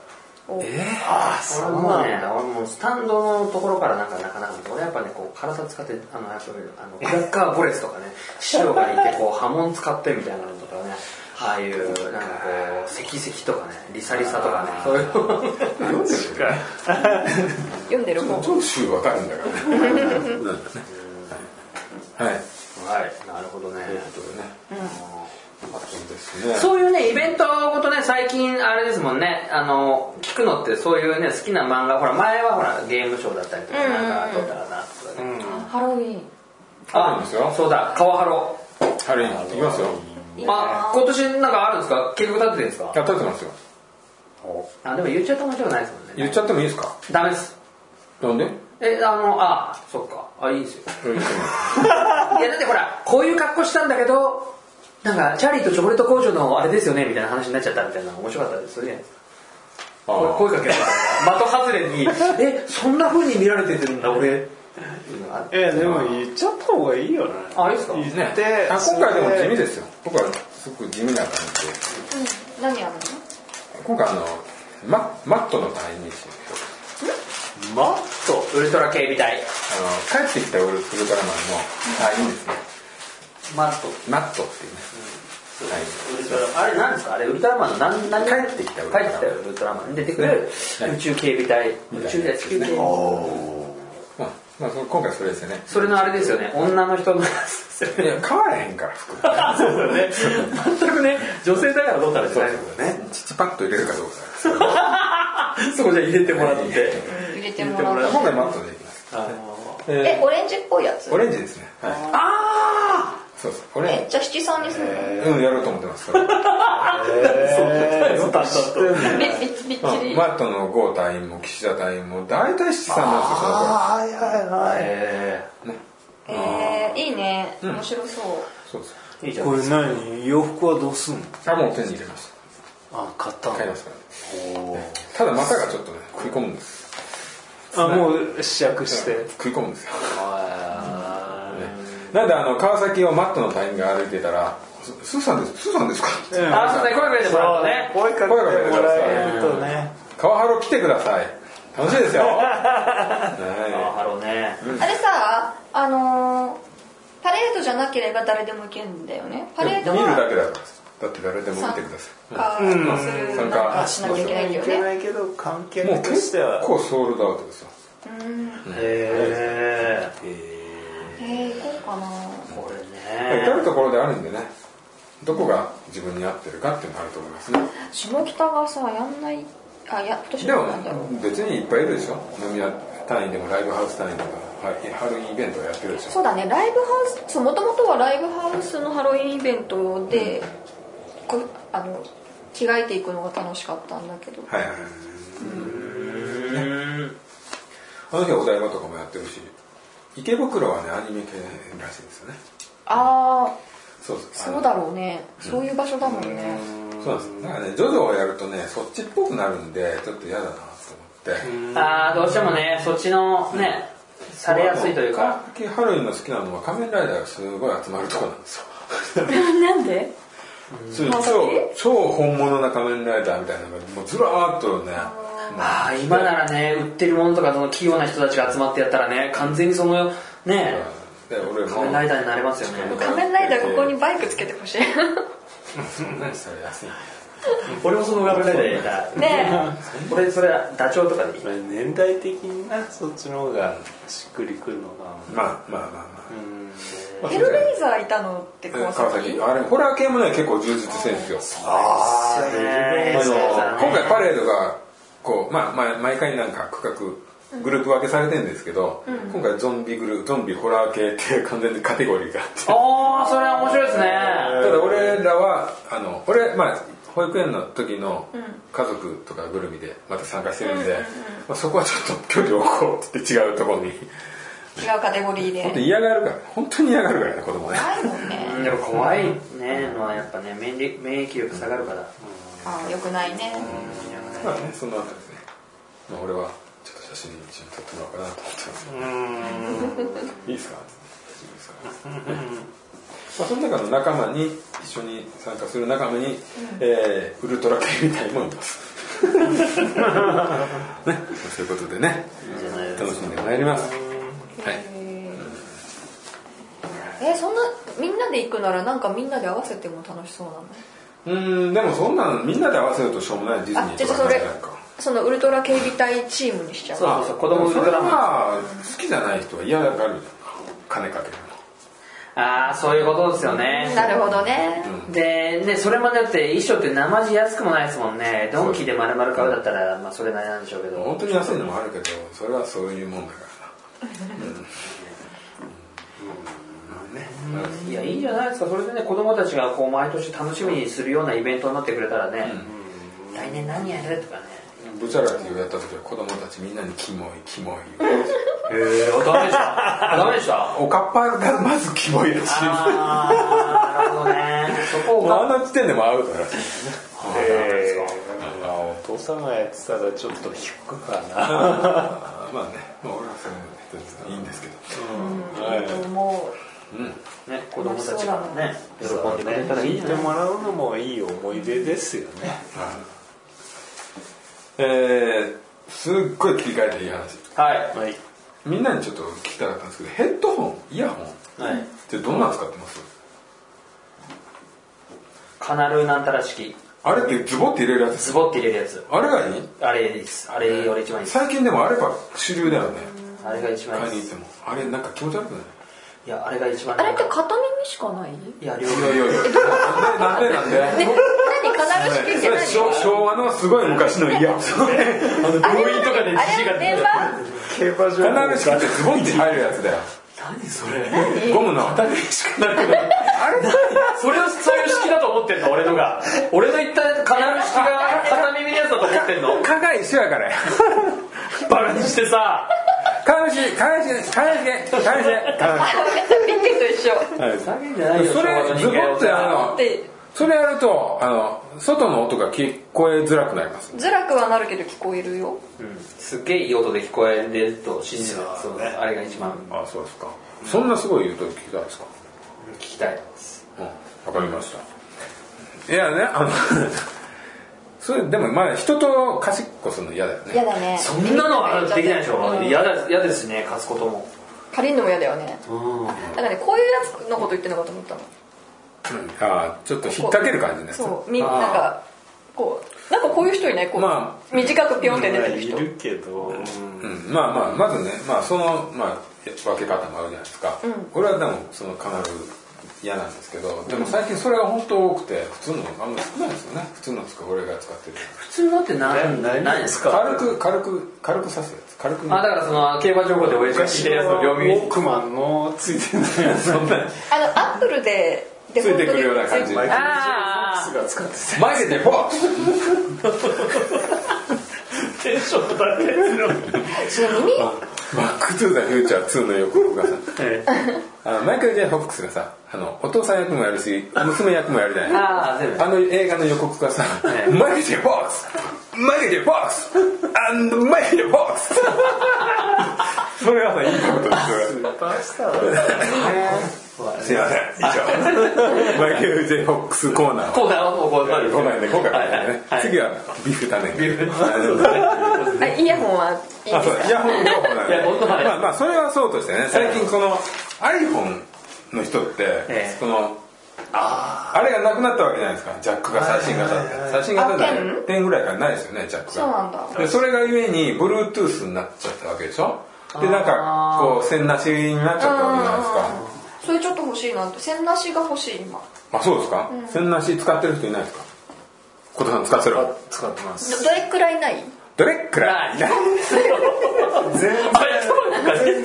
Speaker 3: お
Speaker 2: ああ俺もね俺もうスタンドのところからなんかなかなか俺やっぱねこう体使ってあのやっぱりあのクラッカーボレスとかね師匠がいてこう波紋使ってみたいなのとかねああいうなんかこう石石とかねリサリサとかねそういう
Speaker 1: 読んでるから
Speaker 3: 読んでる方
Speaker 1: 長州わかるんだからはいはい
Speaker 2: はいなるほどね
Speaker 1: ということでねあとですね
Speaker 2: そういうねイベントごとね最近あれですもんねあの聞くのってそういうね好きな漫画ほら前はほらゲームショーだったりとかなんかあったらなとかね
Speaker 3: ハロウィン
Speaker 1: あるんですよ
Speaker 2: そうだ川原
Speaker 1: ハロウィンいきますよ
Speaker 2: あ今年なんかあるんですか計画立ててるんですか
Speaker 1: やったってますよ
Speaker 2: あでも言っちゃった面白くないですもんね
Speaker 1: 言っちゃってもいいですか
Speaker 2: ダメです
Speaker 1: なんで
Speaker 2: えあのあそっかあいいですよ
Speaker 1: うん
Speaker 2: いやだってほらこういう格好したんだけどなんかチャーリーとチョコレート工場のあれですよねみたいな話になっちゃったみたいなの面白かったですそれじゃないですか
Speaker 1: あ
Speaker 2: こ
Speaker 1: ー
Speaker 2: 声かけられたから的外れに「えそんな風に見られてるんだ俺」っていうのがあって
Speaker 5: えでも言っちゃった方がいいよね
Speaker 2: あいいですか
Speaker 1: ね
Speaker 5: で
Speaker 1: あ今回でも
Speaker 5: それ
Speaker 1: 地味ですよ僕はすごく地味な感じで
Speaker 3: うん何やるの
Speaker 1: 今回あのママットの隊員にしよう
Speaker 5: マット
Speaker 2: ウルトラ警備隊
Speaker 1: あの帰ってきたウルウルトラマンの隊員ですね
Speaker 2: マット
Speaker 1: マットっていうね隊員
Speaker 2: ウルトラあれなんですかあれウルトラマンの何何
Speaker 1: 帰ってきたウルト
Speaker 2: 帰
Speaker 1: ラ
Speaker 2: っ
Speaker 1: マン
Speaker 2: てきたウルトラマンに出てくる
Speaker 1: ね
Speaker 2: 宇宙警備隊
Speaker 1: み
Speaker 2: 宇
Speaker 1: たいな
Speaker 2: 宙じゃない地球警備隊
Speaker 1: まあ、まあ、その今回それですよね
Speaker 2: それのあれですよね女の人のやつですよね
Speaker 1: いや変わらへんから服
Speaker 2: そうだね。全くね、女性だからどうたらじゃないの
Speaker 1: ね父パッと入れるかどうか
Speaker 2: そこじゃ入れてもらって。
Speaker 3: 入れてもらう
Speaker 1: 今回マットでいきます
Speaker 3: えオレンジっぽいや つ
Speaker 1: オレンジですねはい
Speaker 2: あ
Speaker 1: そうそうオレ
Speaker 3: え
Speaker 1: ン
Speaker 3: じゃあ七三にするの
Speaker 1: ジうんやろうと思ってますそれうん
Speaker 2: あそうだった
Speaker 3: びびっびっちり
Speaker 1: マットの郷隊員も岸田隊員も大体七三なんですよその頃
Speaker 5: はいはいはい
Speaker 3: えーいいね面白そう
Speaker 1: そうです
Speaker 2: いいじゃん。
Speaker 5: これ何洋服はどうすんの
Speaker 1: あもう手に入れまし
Speaker 5: あ買っ
Speaker 1: た
Speaker 5: たの
Speaker 1: 買いましたからねただ股がちょっとね食い込むんです
Speaker 5: あもう試着して
Speaker 1: 食い込むんですよ なんであの川崎をマットの隊員が歩いてたら「ススーさんですスーさんですか?」
Speaker 2: あ、そうだね、声かけてもらうとね。
Speaker 5: 声かけてもらえるとね
Speaker 1: 川原来てください楽しいです よ
Speaker 2: あ
Speaker 1: は
Speaker 2: ハローね。
Speaker 3: あれさあのーパレードじゃなければ誰でも行けるんだよねパ
Speaker 1: い
Speaker 3: レード
Speaker 1: 見るだ
Speaker 3: は
Speaker 1: けだからだって誰でも見てくださ
Speaker 3: 参加するなんかしなきゃいけないんだ
Speaker 5: い
Speaker 3: よ
Speaker 5: け
Speaker 3: ね
Speaker 5: ないけど観
Speaker 1: い
Speaker 5: 客
Speaker 1: もう
Speaker 5: とし
Speaker 1: 結
Speaker 5: ては
Speaker 1: 構ソールドアウトですよ
Speaker 2: へえ。
Speaker 3: えー行こうかな
Speaker 2: これ
Speaker 1: 至
Speaker 2: ね。
Speaker 1: る所であるんでねどこが自分に合ってるかっていうのがあると思いますね
Speaker 3: 下北がさやんないあや今年
Speaker 1: で
Speaker 3: ど
Speaker 1: も
Speaker 3: うなんだろう
Speaker 1: 別にいっぱいいるでしょ飲み屋単位でもライブハウス単位でもはいハロウィンイベントをやってるでし
Speaker 3: そ
Speaker 1: ょ
Speaker 3: うだねライブハウスもともとはライブハウスのハロウィンイベントでこあの着替えていくのが楽しかったんだけど
Speaker 1: はいはいはいねあの日はお台場とかもやってるし池袋はねアニメ系らしいんですよね
Speaker 3: ああ
Speaker 1: そうそう
Speaker 3: そうだろうねそういう場所だもんね
Speaker 1: そうなんですだからねジョジョをやるとねそっちっぽくなるんでちょっと嫌だなと思って
Speaker 2: あー、どうしてもね、そっちのね、されやすいというか。
Speaker 1: 最近ハロウィンの好きなのは仮面ライダーがすごい集まるとこなんですよ
Speaker 3: なん で
Speaker 1: そう
Speaker 3: まさ
Speaker 1: 超
Speaker 3: に
Speaker 1: 超本物な仮面ライダーみたいなのがもうずらーっとね
Speaker 2: ああ、今ならね、売ってるものとか、その器用な人たちが集まってやったらね、完全にその、ね、
Speaker 1: で俺も
Speaker 2: 仮面ライダーになれますよね。
Speaker 3: 仮面ライダーここにバイクつけてほしい
Speaker 1: そんなにそれ安い
Speaker 2: 俺もその仮面ライダーやりたい。
Speaker 3: ね
Speaker 2: 俺、それ、ダチョウとかでいい
Speaker 5: こ。れ年代的になそっちの方がしっくりくるのか
Speaker 1: まあまあまあまあ
Speaker 3: えヘルベイザーいたのって
Speaker 1: 川
Speaker 3: 川
Speaker 1: 崎
Speaker 3: 崎
Speaker 1: あれホラー系もね結構充実してるんですよ
Speaker 5: あ
Speaker 2: ーヘルベイザー
Speaker 1: あの今回パレードがこう、まあ、まあ毎回なんか区画グループ分けされてるんですけど、今回ゾンビグループゾンビホラー系っていう完全にカテゴリーがあって
Speaker 2: ああ、それは面白いですね。
Speaker 1: ただ俺らはあの俺まあ保育園の時の家族とかぐるみでまた参加してるんで、まあ、そこはちょっと距離を置こうって言って違うところに
Speaker 3: 違うカテゴリーで
Speaker 1: 本当に嫌がるから本当に嫌がるからね子供ね
Speaker 3: ないもんね
Speaker 2: でも怖いねのはやっぱね免疫免疫力下がるから、
Speaker 3: ああよくないね
Speaker 1: まあねそんなあたりですね、まあ、俺はちょっと写真に一緒に撮ってもらおうかなと思ってますいいですかいいですかまあその中の仲間に一緒に参加する仲間に、えーウルトラ系みたいもんいますね、そういうことでね楽しんでまいりますはい
Speaker 3: えーそんなみんなで行くならなんかみんなで合わせても楽しそうな
Speaker 1: う
Speaker 3: の
Speaker 1: んでもそんなんみんなで合わせるとしょうもないディズニ
Speaker 3: あ
Speaker 1: ー
Speaker 3: じ
Speaker 1: と
Speaker 3: ゃ
Speaker 1: か
Speaker 3: あそ
Speaker 1: にな
Speaker 3: れ
Speaker 1: るじゃないか
Speaker 3: そのウルトラ警備隊チームにしちゃう
Speaker 2: そうそうそう子供ウル
Speaker 1: そ
Speaker 2: ト
Speaker 1: れ
Speaker 2: ラ
Speaker 1: は
Speaker 2: マン
Speaker 1: まあ好きじゃない人は嫌がるじゃん金かける
Speaker 2: ああそういうことですよね
Speaker 3: なるほどね、
Speaker 2: でねそれまでだって衣装って生地安くもないですもんねドンキで丸々買うだったらまあそれなりなんでしょうけ
Speaker 1: の
Speaker 2: ど
Speaker 1: 本当に安いのもあるけどそれはそういうもんだからなうんうんまあね
Speaker 2: いやいいじゃないですかそれでね子供たちがこう毎年楽しみにするようなイベントになってくれたらね、来年何やるとかね
Speaker 1: ブチャラティをやった時は子供たちみんなにキモいキモい
Speaker 2: えー、ダメでした ダメでした
Speaker 1: おかっぱがまずキモいらしい
Speaker 2: あーなるほどねそこを
Speaker 1: もうあの時点でもアウトらしい
Speaker 4: えーまあお父さんがやってたらちょっと引くかな
Speaker 1: まあねまあ俺はそれでいいんですけど
Speaker 3: も
Speaker 2: ね子供たちがね喜んでくれたらいい
Speaker 4: 聞い
Speaker 2: じ
Speaker 4: て
Speaker 2: ゃない
Speaker 4: もらうのもいい思い出ですよね
Speaker 1: えー、すっごい切り替えていい話
Speaker 2: はい
Speaker 4: はい
Speaker 1: みんなにちょっと聞きたかったんですけどヘッドホンイヤホン
Speaker 2: はい
Speaker 1: ってどんなん使ってます
Speaker 2: カナルなんたら式
Speaker 1: あれってズボって入れるやつ
Speaker 2: ズボって入れるやつ
Speaker 1: あれがいい
Speaker 2: あれいいですあれ俺一番いいです
Speaker 1: 最近でもあれが主流だよね
Speaker 2: あれが一番い
Speaker 1: 買い
Speaker 2: い
Speaker 1: に
Speaker 2: で
Speaker 1: 行っ
Speaker 2: す
Speaker 1: てもあれなんか気持ち悪くない
Speaker 2: いやあれが一番
Speaker 3: うあれって片耳しかない
Speaker 2: いや 両
Speaker 1: いやいやいやなんでなんでなんで
Speaker 3: 何カナル式って
Speaker 1: それ
Speaker 3: 何
Speaker 1: 昭昭和のすごい昔 のイヤホンあの
Speaker 3: あれは
Speaker 1: 病院
Speaker 3: 何
Speaker 1: とかで
Speaker 3: あれは電話
Speaker 4: 競馬場
Speaker 1: 必ずってズボンって入るやつだよ
Speaker 2: 何それ
Speaker 1: ゴムの
Speaker 2: しかなくないあれそれをそういう式だと思ってんの俺のが俺の言ったカナル式が片耳のやつだと思ってんの
Speaker 1: 蚊が一緒やから
Speaker 2: バカにしてさ
Speaker 1: 蚊が一緒蚊が一緒蚊が一緒蚊が一緒
Speaker 3: ピッケと一緒
Speaker 2: 下げんじゃないよ
Speaker 1: それズボってあの
Speaker 3: で
Speaker 1: それやるとあの外の音が聞こえづらくなります
Speaker 3: 辛くはなるけど聞こえるよ
Speaker 2: すっげえいい音で聞こえると信じるそのあれが一番
Speaker 1: あそうですかそんなすごい言うと聞きたいですか
Speaker 2: 聞きたいです
Speaker 1: うんわかりましたいやねあの それでもまあ人とかしっこするの嫌だよね
Speaker 3: 嫌だね
Speaker 2: そんなのはできないでしょ
Speaker 3: うん
Speaker 2: 嫌だ嫌ですね勝つことも
Speaker 3: 借りるのも嫌だよねだからねこういうやつのこと言ってんのかと思ったの
Speaker 1: あーちょっと引っ掛ける感じね
Speaker 3: そうみ
Speaker 2: あ
Speaker 3: なん
Speaker 2: ー
Speaker 3: かこうなんかこういう人いないこう、
Speaker 1: ま
Speaker 3: 短くピョンって出てる
Speaker 4: い
Speaker 3: 人
Speaker 4: るけど、
Speaker 1: うん、まあまあまずね、まあ、その、まあ、分け方もあるじゃないですか、これはでもその必ず嫌なんですけどでも最近それが本当多くて普通のあんまり少ないですよね普通の使う俺が使ってる
Speaker 2: 普通のって何
Speaker 4: 何
Speaker 2: 何ですか
Speaker 1: 軽く軽く軽く刺すやつ軽く
Speaker 2: あだからその競馬情報で親父が聞いてるやつの両
Speaker 4: ウォ
Speaker 2: 耳
Speaker 4: ークマンのついてないやつ
Speaker 1: そんな
Speaker 3: あのアップルでデフォルトで
Speaker 1: ついてくるような感じ
Speaker 3: つい
Speaker 4: マイケル・ジェイ・フォッ
Speaker 2: あー
Speaker 4: クスが使ってた
Speaker 1: 眉毛でポッ
Speaker 4: テンションだ け
Speaker 3: ちなみに
Speaker 1: バック・トゥ・ザ・フューチャー2の予告がさあのマイケル・ J ・フォックスがさあのお父さん役もやるし娘役もやるじゃない
Speaker 2: ああ全部
Speaker 1: あの映画の予告がさ「マイケル・ジェイ・フォックスマイケル・ジェイ・フォックス and マイケル・ジェイ・フォックス」 それはさいいことですよ
Speaker 4: バスターだ
Speaker 1: すいません以上マイケル・ジェイ・フォックスコーナー
Speaker 2: コーナーをこうなる
Speaker 1: ごめんね今回はね
Speaker 2: はい
Speaker 1: 次はビフタネビフ
Speaker 3: あイヤホンはいいです
Speaker 1: あそうイヤホン情報なん
Speaker 2: いや本当はね
Speaker 1: まあまあそれはそうとしてね最近この iPhone の人って、
Speaker 2: ええ
Speaker 1: そのあれがなくなったわけじゃないですかジャックが最新型って最新型だ
Speaker 3: あ
Speaker 1: ね点ぐらいからないですよねジャックが
Speaker 3: そうなんだ
Speaker 1: でそれがゆえに Bluetooth になっちゃったわけでしょでなんかこう線なしになっちゃったわけじゃないですか
Speaker 3: それちょっと欲しいなって線なしが欲しい今
Speaker 1: あそうですか、線なし使ってる人いないですか小田さん使ってる
Speaker 4: 使ってます
Speaker 3: どどれくらい ない
Speaker 1: どれくらい
Speaker 2: ない
Speaker 4: 全然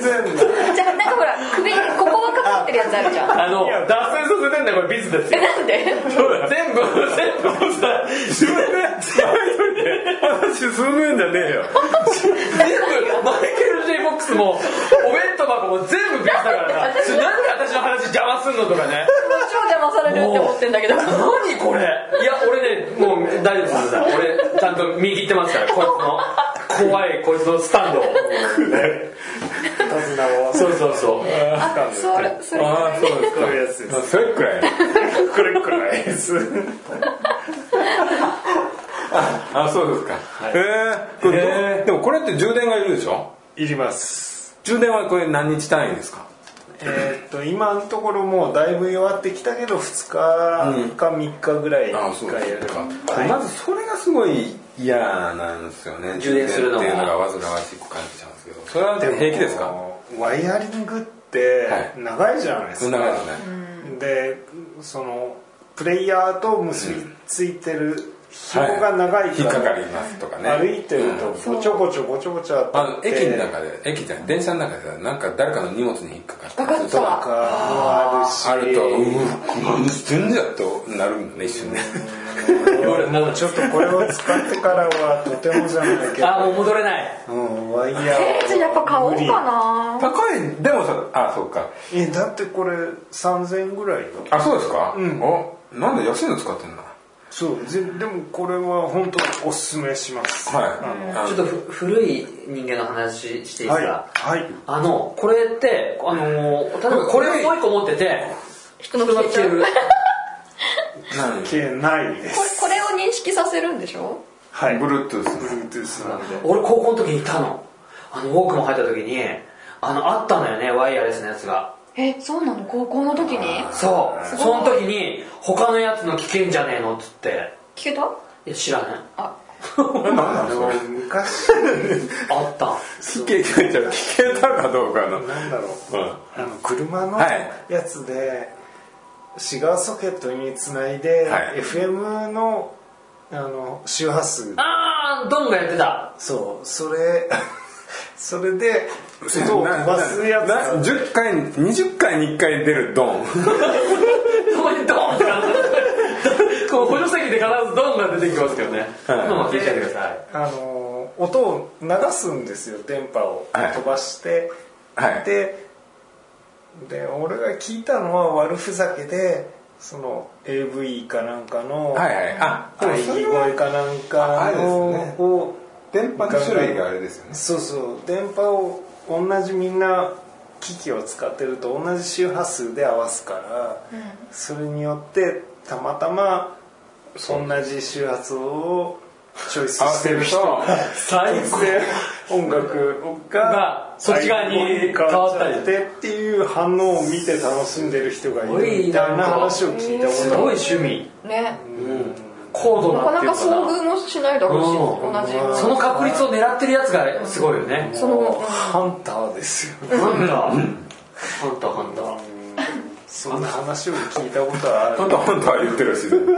Speaker 4: 全然
Speaker 3: じゃあなんかほら首にここがかかってるやつあるじゃん
Speaker 2: あの脱線させてんだよこれビズです
Speaker 3: え
Speaker 2: よ
Speaker 3: なんで
Speaker 2: 全部全部さ
Speaker 1: 自分で話進むんじゃねえよ
Speaker 2: 全部マイケル・ J ・フォックスもお弁当箱も全部ビズだからなそれなんで私の話邪魔すんのとかね
Speaker 3: 超邪魔されるって思ってんだけど
Speaker 2: 何これいや俺ねもう大丈夫ですさ俺ちゃんと見切ってますからこいつの怖いこいつのスタンド を
Speaker 4: 手綱を
Speaker 2: そうそうそう
Speaker 3: あそれそれく
Speaker 1: あ
Speaker 3: ら
Speaker 1: あ
Speaker 3: い
Speaker 1: そうで
Speaker 4: こういうやつです
Speaker 1: すかそれくらい
Speaker 4: これくらいです
Speaker 1: あそうですか、ええこれどうでもこれって充電がいるでしょ
Speaker 4: いります
Speaker 1: 充電はこれ何日単位ですか
Speaker 5: えーっと今のところもうだいぶ弱ってきたけど2日か3日ぐらい
Speaker 1: ああそ
Speaker 5: 1
Speaker 1: うで
Speaker 5: 回やる
Speaker 1: すか、
Speaker 5: はい
Speaker 1: まずそれがすごい嫌なんですよね
Speaker 2: 充電するのも
Speaker 1: 充電っていうのが煩わしく感じちゃうんですけどそれは平気ですか
Speaker 5: ワイヤリングって
Speaker 1: はい
Speaker 5: 長いじゃないですか、
Speaker 1: 長いですね、
Speaker 5: でそのプレイヤーと結びついてる紐が長い
Speaker 1: 引っ
Speaker 5: か
Speaker 1: からかりますとかね
Speaker 5: 歩いてると
Speaker 1: うん
Speaker 5: ごちょごちょごちょごちょあ
Speaker 1: あの
Speaker 5: って
Speaker 1: 駅の中で駅じゃない電車の中でなんか誰かの荷物に引っかかったりすると
Speaker 3: わかっ
Speaker 5: とかもあるし
Speaker 1: あると うわ何してんじゃとなるんだね一瞬ね
Speaker 5: 俺もうちょっとこれを使ってからはとてもじゃないけど
Speaker 2: あーもう戻れない
Speaker 5: うんワイヤーを
Speaker 3: センやっぱ買おう
Speaker 5: 無理
Speaker 3: かな
Speaker 1: 高いでもさあそうか
Speaker 5: えだってこれ3000円ぐらいよ
Speaker 1: あそうですか
Speaker 5: うん
Speaker 1: おなんで安いの使ってんだは
Speaker 5: そうぜでもこれは本当おすすめします
Speaker 1: いあ
Speaker 2: ちょっ
Speaker 1: の
Speaker 2: とふ古い人間の話していいですか、
Speaker 5: はいはい
Speaker 2: あのこれってあのー例えばこれをもう一個持ってて
Speaker 3: 人の消えちゃう
Speaker 2: 人の消え
Speaker 1: 何
Speaker 5: けないで
Speaker 3: これ
Speaker 5: す
Speaker 3: これを認識させるんでしょ
Speaker 5: はい
Speaker 1: Bluetooth
Speaker 5: Bluetooth なんで
Speaker 2: 俺高校の時にいたのあのウォークマン入った時にあのあったのよねワイヤレスのやつが
Speaker 3: えそうなの高校の時に
Speaker 2: そう
Speaker 3: すごい
Speaker 2: その時に他のやつの危険じゃねえのっつって
Speaker 3: 聞けた
Speaker 2: いや知らない
Speaker 3: あ
Speaker 5: あれは昔
Speaker 2: あった
Speaker 1: 聞け聞けじゃ聞けたかどうかの
Speaker 5: なんだろ
Speaker 1: う
Speaker 5: う
Speaker 1: ん
Speaker 5: あの車の
Speaker 1: はい
Speaker 5: やつでシガーソケットにつないで、
Speaker 1: はい
Speaker 5: FM のあの周波数
Speaker 2: ああドンがやってた
Speaker 5: そうそれ それで音 を
Speaker 1: な
Speaker 5: 飛ばすやつ
Speaker 1: な10回に20回に1回出るドン
Speaker 2: そこにドンってなってこう補助席で必ずドンが出てきますけどね今
Speaker 1: はい
Speaker 2: も聞いてやってください
Speaker 5: あの音を流すんですよ電波を
Speaker 1: はい
Speaker 5: 飛ばして、
Speaker 1: はい
Speaker 5: でで俺が聞いたのは悪ふざけでその AV かなんかの
Speaker 1: はいはいあでも
Speaker 5: 喘
Speaker 1: それ
Speaker 5: ぎ
Speaker 1: は
Speaker 5: 声かなんかの
Speaker 1: ああれですね
Speaker 5: を
Speaker 1: 電波の種類があれですよね
Speaker 5: そうそう電波を同じみんな機器を使ってると同じ周波数で合わすから、それによってたまたま同じ周波数をチョイス
Speaker 1: 合わ
Speaker 5: し
Speaker 1: せ
Speaker 5: てる
Speaker 1: る
Speaker 5: 人
Speaker 1: と
Speaker 2: 最
Speaker 5: 突然音楽
Speaker 2: が
Speaker 5: が
Speaker 2: そっち側に
Speaker 5: 変わっちゃってっていう反応を見て楽しんでる人がいるみたいな話を聞いたこ
Speaker 2: す
Speaker 5: と
Speaker 2: ご
Speaker 5: あ
Speaker 2: い
Speaker 5: る
Speaker 2: 趣味
Speaker 3: ね
Speaker 2: 高度
Speaker 3: な
Speaker 2: な
Speaker 3: か
Speaker 2: っ
Speaker 3: な
Speaker 2: てい
Speaker 3: か
Speaker 2: うか
Speaker 3: 遭遇もしないだろ
Speaker 2: うん
Speaker 3: うし同じ
Speaker 2: その確率を狙ってるやつがすごいよね
Speaker 3: その
Speaker 5: ハンターですよ
Speaker 2: なんだハンターハンター
Speaker 5: そんな話を聞いたことはある
Speaker 1: 本当本当は言ってるし全然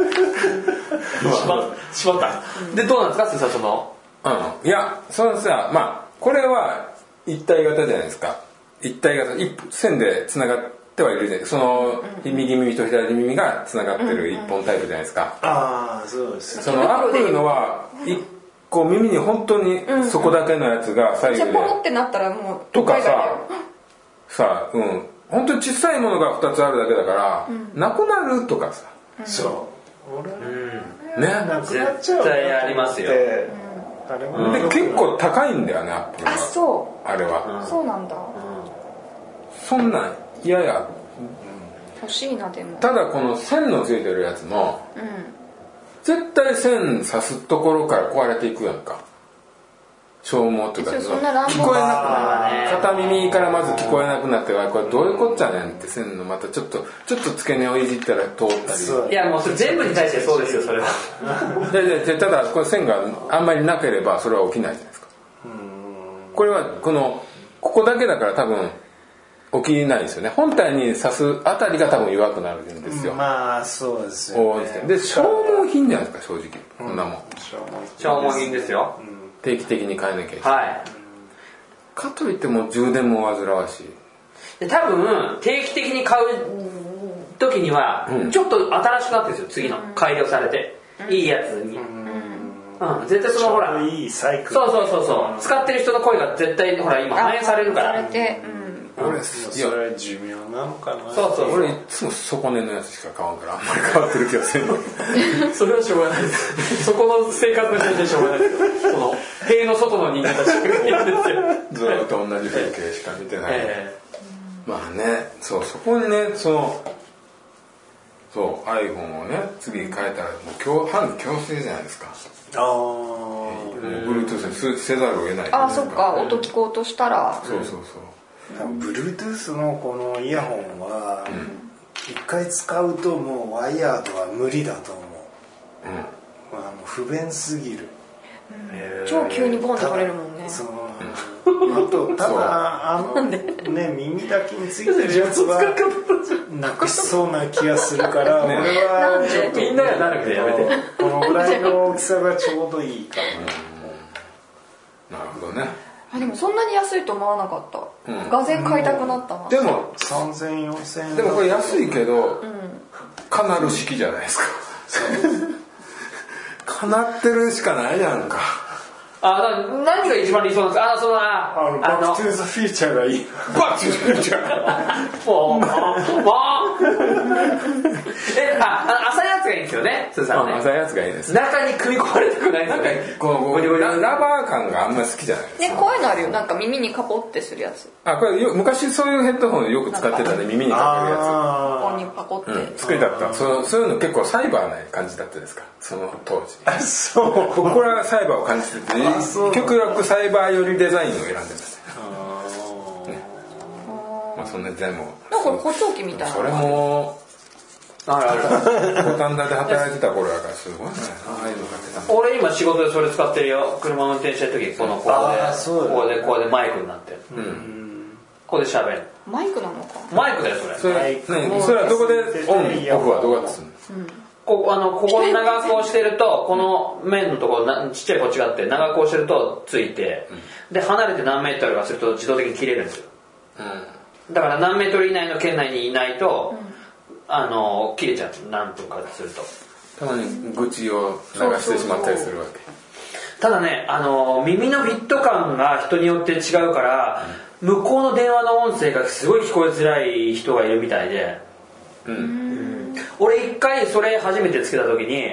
Speaker 2: しましまったでどうなんですか鈴さんその
Speaker 1: うんいやそのさまあこれは一体型じゃないですか一体型一線でつながってはいるじゃないその右耳と左耳がつながってる一本タイプじゃないですか
Speaker 5: ああそうです
Speaker 1: そのアップルのは一個耳に本当にそこだけのやつが左
Speaker 3: じ
Speaker 1: 右
Speaker 3: ゃあ
Speaker 1: で
Speaker 3: ポロってなったらもう
Speaker 1: とか
Speaker 3: 海外だよ
Speaker 1: ささうん本当に小さいものが2つあるだけだから、なくなるとかさ
Speaker 5: そう俺
Speaker 1: ね
Speaker 5: なくなっちゃうなと思って
Speaker 2: 絶対ありますよ
Speaker 5: あれは
Speaker 1: で結構高いんだよねアップル
Speaker 3: あ
Speaker 1: は
Speaker 3: そ
Speaker 1: あれは、
Speaker 3: うそうなんだ
Speaker 1: そんなん嫌や
Speaker 3: 欲しいなでも
Speaker 1: ただこの線のついてるやつも
Speaker 3: うん
Speaker 1: 絶対線刺すところから壊れていくやんか消耗というか
Speaker 3: そう
Speaker 1: その
Speaker 3: そんな乱
Speaker 1: 聞
Speaker 3: 暴
Speaker 1: こえなく
Speaker 2: あ
Speaker 1: な
Speaker 2: ー
Speaker 1: る片耳からまず聞こえなくなってわこれどういうこっちゃねんって線のまたちょっとちょっと付け根をいじったら通ったり
Speaker 5: そう
Speaker 2: いやもうそれ全部に対してそうですよそれは
Speaker 1: でででただこれ線があんまりなければそれは起きないじゃないですかこれはこのここだけだから多分起きないですよね本体に刺すあたりが多分弱くなるんですよ、
Speaker 5: まあそうですよ
Speaker 1: 応
Speaker 5: ね
Speaker 1: 援してで消耗品じゃないですか正直こんなもん、
Speaker 2: 消耗品ですよ
Speaker 1: 定期的に変えなきゃいけない
Speaker 2: はい
Speaker 1: かといってもう充電も煩わしい
Speaker 2: で多分定期的に買う時には
Speaker 1: うん
Speaker 2: ちょっと新しくなってるんですよ次の改良されていいやつにうん絶対そのほら
Speaker 5: いいサイクル
Speaker 2: そうそうそうそう使ってる人の声が絶対ほら今反映されるか
Speaker 3: され
Speaker 2: ら
Speaker 3: てうん
Speaker 1: 俺い
Speaker 5: そ
Speaker 1: や
Speaker 5: れは寿命なのかな
Speaker 2: そうそう
Speaker 1: 俺いつも底根のやつしか買わんからあんまり変わってる気がせんの
Speaker 2: それはしょうがないですそこの生活の人でしょうがないですその塀の外の人間たちがいるんですよ
Speaker 1: ずっと同じ風景しか見てない、
Speaker 2: え
Speaker 1: まあねそうそこにねそのそう iPhone をね次変えたらもう強反強制じゃないですか
Speaker 5: あ
Speaker 1: もう Bluetooth にせせざるを得ない
Speaker 3: あそっか音聞こうとしたら
Speaker 1: そうそうそう
Speaker 5: Bluetooth のこのイヤホンは一回使うともうワイヤードは無理だと思うあの不便すぎる
Speaker 3: 超急にボンって取れるもんね
Speaker 5: そのあとただあのね耳だけについてるやつ はなくしそうな気がするから俺
Speaker 3: な
Speaker 5: は
Speaker 3: んで
Speaker 2: みんながなるんでやめて
Speaker 5: このぐらいの大きさがちょうどいいか
Speaker 1: なるほどね
Speaker 3: あでもそんなに安いと思わなかった、
Speaker 1: うん
Speaker 3: がぜん買いたくなったな、
Speaker 1: でも
Speaker 5: な30004000円
Speaker 1: でもこれ安いけど
Speaker 3: うん
Speaker 1: かなる式じゃないですかかなってるしかないやんか
Speaker 2: あだから何が一番理想なんですかあそのあ
Speaker 5: あのバックトゥーザフューチャーがいい
Speaker 1: バッチリじゃん
Speaker 2: もうもうえああ浅いやつがいいんですよねスーさんは
Speaker 1: 浅
Speaker 2: ね
Speaker 1: いやつがいいです
Speaker 2: 中に組み込まれたくないです
Speaker 1: なん
Speaker 2: よ
Speaker 1: か
Speaker 2: ね
Speaker 1: こう
Speaker 2: ゴリゴリ
Speaker 1: ララバー感があんまり好きじゃない
Speaker 3: ねこういうのあるよなんか耳にカポってするやつ
Speaker 1: あこれよ昔そういうヘッドホンよく使ってたんで耳にかけるや
Speaker 3: ここ
Speaker 5: あ
Speaker 3: にパコって、
Speaker 1: つ、うん、作りだったそのそういうの結構サイバーな感じだったですかその当時
Speaker 5: あそう
Speaker 1: 僕これはサイバーを感じて
Speaker 5: あそう
Speaker 1: て極力サイバー寄りデザインを選んでますまあそんな全部
Speaker 3: なんか補聴器みたいな
Speaker 1: それも
Speaker 2: あるある
Speaker 1: 五反田で働いてた頃だからすごいねああいうの買ってたの
Speaker 2: 俺今仕事でそれ使ってるよ車運転してる時このここ
Speaker 5: あーそう
Speaker 2: で
Speaker 5: だね
Speaker 2: ここでここでマイクになってるこ
Speaker 1: うん
Speaker 2: こで喋る
Speaker 3: マイクなのか
Speaker 2: マイクだよそれ
Speaker 1: それ
Speaker 5: は
Speaker 1: ね
Speaker 5: い
Speaker 1: それはどこでオンオフはどうやってするの
Speaker 2: ここあのここに長く押してるとこの面のところなちっちゃいこっちがあって長く押してるとついてで離れて何メートルかすると自動的に切れるんですよだから何メートル以内の圏内にいないと、あの切れちゃう何分かすると
Speaker 1: たまに愚痴を流してしまったりするわけ
Speaker 2: ただねあの耳のフィット感が人によって違うから、向こうの電話の音声がすごい聞こえづらい人がいるみたいで
Speaker 1: うん
Speaker 2: 俺一回それ初めてつけた時に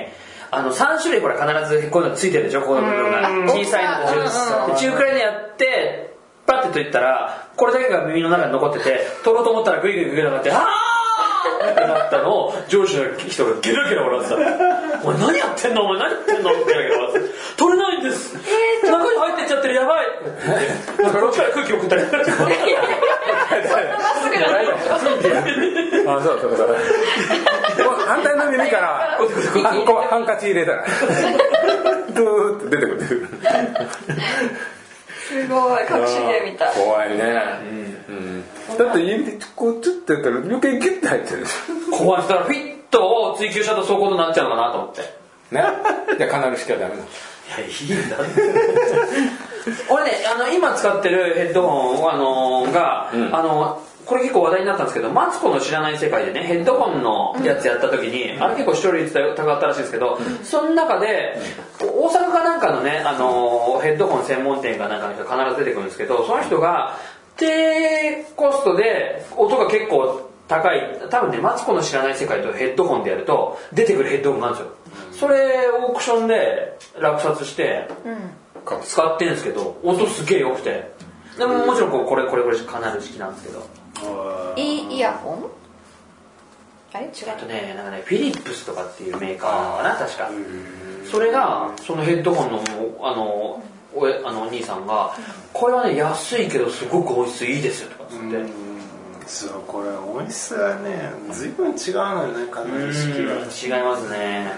Speaker 2: あの3種類これ必ずこういうのついてるでしょこういうの部分が
Speaker 3: うん
Speaker 2: 小さいのと
Speaker 3: 大きさ
Speaker 2: 中で中くらいのやってパッてといったらこれだけが耳の中に残ってて取ろうと思ったらグイグイグイグイなって「あー!」ってなったのを上司の人がゲラゲラ笑ってた「お前何やってんのお前何やってんの?」ってゲラゲラ笑って「取れないんです中に入ってっちゃってるやばい」こっちから空気送ったり
Speaker 3: まっすぐじゃないよ
Speaker 1: あそうそうそう反対の耳からこうこうハンカチ入れたらドゥーって出てくる
Speaker 3: すごい隠し芸みたい
Speaker 1: 怖いね、うんだって指でこうチュッてやったら余計ギュッて入ってるでし
Speaker 2: 怖いだからフィットを追求したとそういうことになっちゃうのかなと思って
Speaker 1: ょねじゃあカナル式はダメなの
Speaker 2: いやいいんだ俺ねあの今使ってるヘッドホンあのーが、
Speaker 1: ん
Speaker 2: あのこれ結構話題になったんですけどマツコの知らない世界でねヘッドホンのやつやった時に、あれ結構視聴率高かったらしいんですけど、その中で大阪かなんかのね、あのーヘッドホン専門店かなんかの人が必ず出てくるんですけどその人が低コストで音が結構高い多分ねマツコの知らない世界とヘッドホンでやると出てくるヘッドホンなんですよそれオークションで落札して
Speaker 1: か
Speaker 2: 使ってんですけど音すげえ良くてでももちろんこうこれこれこれかなる式なんですけど
Speaker 3: いいイヤホンあれ違う
Speaker 2: あとねなんかねフィリップスとかっていうメーカーなのかな確かそれがそのヘッドホンのあのおえあのお兄さんが「これはね安いけどすごく音質いいですよ」とかっつって
Speaker 5: そうこれ音質がね随分違うのよねカナル式は
Speaker 2: うん違いますね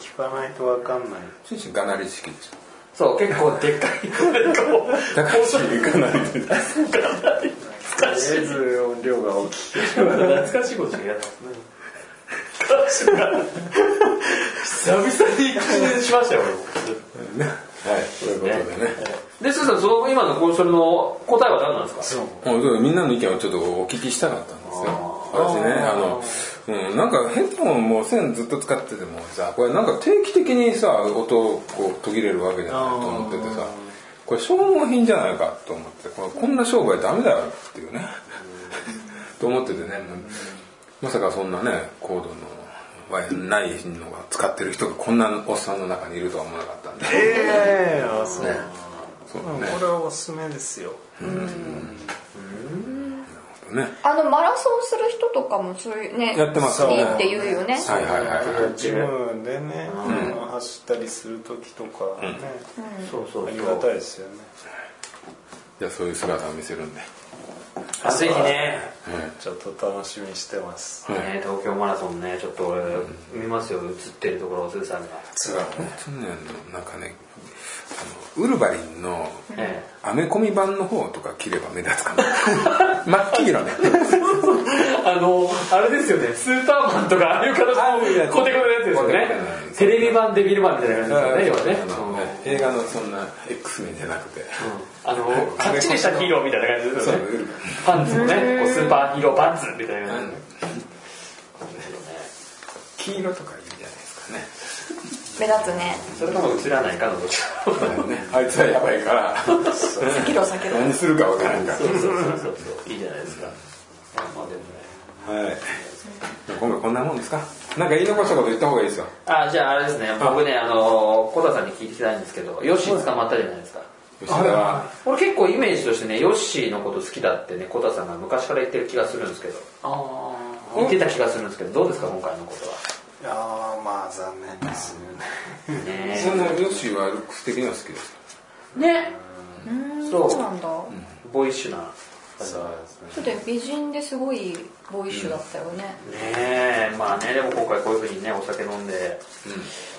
Speaker 5: 聞かないとわかんない
Speaker 1: シュンシュンカナル式でし
Speaker 2: そう結構でっかい
Speaker 1: ょだからカ ナル式
Speaker 5: とりあえず音量が大きい
Speaker 2: 懐かしいことしかやったんですね久々に口にしましたよ俺も
Speaker 1: はいそういうことでね
Speaker 2: でスーさんその今のコンソールの答えは何なんですか
Speaker 5: そう
Speaker 1: もうそうみんなの意見をちょっとお聞きしたかったんですよ私ねあの、うん、なんかヘッドホンも線ずっと使っててもさこれなんか定期的にさ音をこう途切れるわけじゃないと思っててさこれ消耗品じゃないかと思ってこれこんな商売ダメだよっていうね と思っててねまさかそんなねコードのワイヤーないのが使ってる人がこんなおっさんの中にいるとは思わなかったんでね
Speaker 5: ええあそうこ
Speaker 1: そう
Speaker 5: れはおすすめですよ
Speaker 1: ねね
Speaker 3: あのマラソンする人とかもそういうね
Speaker 1: やってますよね
Speaker 3: いいって言うよね
Speaker 1: はいはいはいはい
Speaker 5: ジムでね走ったりする時とかね
Speaker 2: そうそう
Speaker 5: あ
Speaker 2: そう
Speaker 5: りがたいですよね
Speaker 1: じゃあそういう姿を見せるんで
Speaker 2: あぜひね
Speaker 5: ちょっと楽しみにしてます
Speaker 1: はい
Speaker 2: ね東京マラソンねちょっと俺見ますよ映ってるところを鈴さんが
Speaker 5: ツアー
Speaker 1: 本当にねあのなんかねあのウルヴァリンの
Speaker 2: え
Speaker 1: アメコミ版の方とか切れば目立つか な真っ黄色ね
Speaker 2: えあのあれですよねスーパーマンとかああいう形
Speaker 1: ああいうや
Speaker 2: の
Speaker 1: つ
Speaker 2: コテコテのやつですよね
Speaker 1: コテコテのやつ
Speaker 2: テレビ版デビルマンみたいな感じですよね
Speaker 1: あ
Speaker 2: 要
Speaker 1: の
Speaker 2: はね
Speaker 1: 映画のそんな X 面じゃなくて、
Speaker 2: あのかっちりしたヒーローみたいな感じです
Speaker 1: そう
Speaker 2: よ
Speaker 1: ウ
Speaker 2: ね
Speaker 1: ルヴァリン
Speaker 2: パンツもねこうスーパーヒーローパンツみたいな
Speaker 1: あの
Speaker 2: 感じですよね
Speaker 1: 黄色とかいいんじゃないですかね
Speaker 3: 目立つね
Speaker 2: それとも映らないかのどちらか
Speaker 1: あいつはやばいから
Speaker 3: 避けろ避けろ
Speaker 1: 何するかわからんから
Speaker 2: そうそうそうそうそういいじゃないですかまあまあでもね
Speaker 1: はい今回こんなもんですかなんか言い残したこと言った方がいいですよ
Speaker 2: あじゃああれですね僕ねあの小田さんに聞いてきたいんですけどヨッシー捕まったじゃないですか
Speaker 1: 吉田は
Speaker 2: 俺結構イメージとしてねヨッシーのこと好きだってね小田さんが昔から言ってる気がするんですけど言ってた気がするんですけどどうですか今回のことは
Speaker 5: ああまあ残念ですよね
Speaker 2: ね
Speaker 1: そんなヨッシーはルックス的には好きです
Speaker 2: ねそう
Speaker 3: そうなんだ
Speaker 2: ボーイッシュなね
Speaker 5: そうですね
Speaker 3: ちょっと美人ですごいボーイッシュだったよね
Speaker 2: えまあねでも今回こういうふうにねお酒飲んで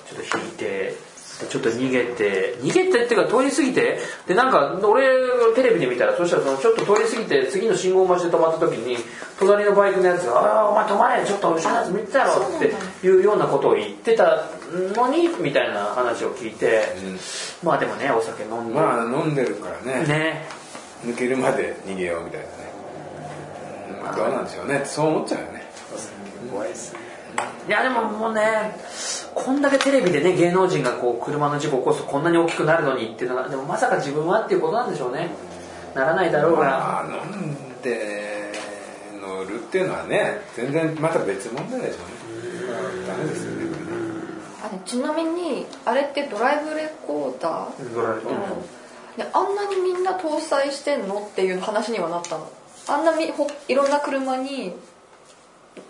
Speaker 2: ちょっと引いてちょっと逃げて逃げてっていうか通り過ぎてでなんか俺テレビで見たらそしたらそのちょっと通り過ぎて次の信号待ちで止まった時に隣のバイクのやつが「ああお前止まれちょっと後ろのやつ見てたろ」っていうようなことを言ってたのにみたいな話を聞いて、まあでもねお酒飲んで、
Speaker 1: まあ飲んでるからね
Speaker 2: ね
Speaker 1: 抜けるまで逃げようみたいなねまあどうなんでしょうねそう思っちゃうよね
Speaker 5: 怖いですね
Speaker 2: いやでももうねこんだけテレビでね芸能人がこう車の事故を起こすとこんなに大きくなるのにっていうのがでもまさか自分はっていうことなんでしょうねならないだろうから、
Speaker 1: まあ飲んで乗るっていうのはね全然また別問題でしょうねダメですよねこれね
Speaker 3: あのちなみにあれってドライブレコーダーであんなにみんな搭載してんのっていう話にはなったのあんなみほいろんな車に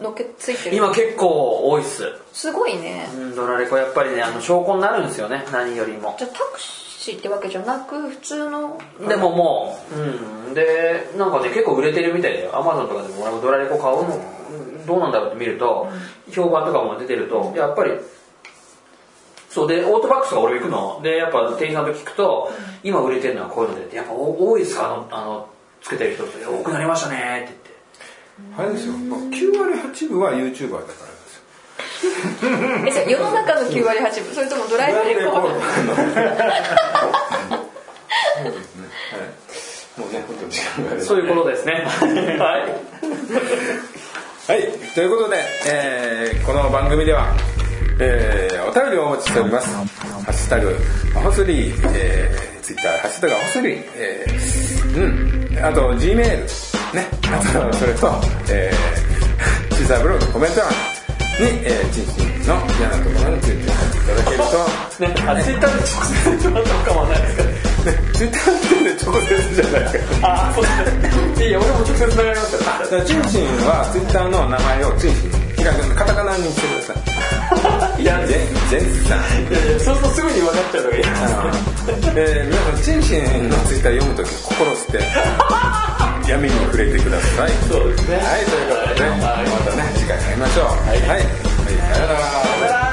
Speaker 3: のっけついてる
Speaker 2: 今結構多いっす
Speaker 3: すごいね
Speaker 2: うんドラレコやっぱりねあの証拠になるんですよね何よりも
Speaker 3: じゃあタクシーってわけじゃなく普通の
Speaker 2: でももう、うん、でなんかね結構売れてるみたいだよアマゾンとかでも俺もドラレコ買うの、どうなんだろうって見ると、評判とかも出てるとやっぱりそうでオートバックスが俺行くのでやっぱ店員さんと聞くと、今売れてるのはこういうのでってやっぱお多いですかあのあのつけてる人っていや多くなりましたねって言って。
Speaker 1: あれですよまあ9割8分は YouTuber だからですよ
Speaker 3: えじゃあ世の中の9割8分それともドライブレコーダー
Speaker 1: はいもうね本当に時間があれば
Speaker 2: そういうことで すね。はい。
Speaker 1: はい、ということで、えーこの番組では、えーお便りをお待ちしております。ハッシュタグ、アホスリー、えー、ツイッター、ハッシュタグ、アホスリー、えーうん、あと、G メール、ね、あと、それと、えー、小さいブログ、コメント欄に、えー、ちんちんの嫌なところについていただけると、
Speaker 2: ね、あ、ツイッターで直接言ってもらったのかもわかんないですけど。
Speaker 1: ツイッターで直接じゃないですか。
Speaker 2: あ、そうですね。いや、俺も直接流れますから。
Speaker 1: だからチンチンはツイッターの名前をチンチンひらがなカタカナにしてくださいいや全全然さん
Speaker 2: いやいやそうするとすぐに分かっちゃうのが嫌
Speaker 1: あのえー皆さんチンチンのツイッター読むとき心して闇に触れてください
Speaker 2: そうですね。
Speaker 1: はいということでねまたね次回会いましょうはい、はい、さようなら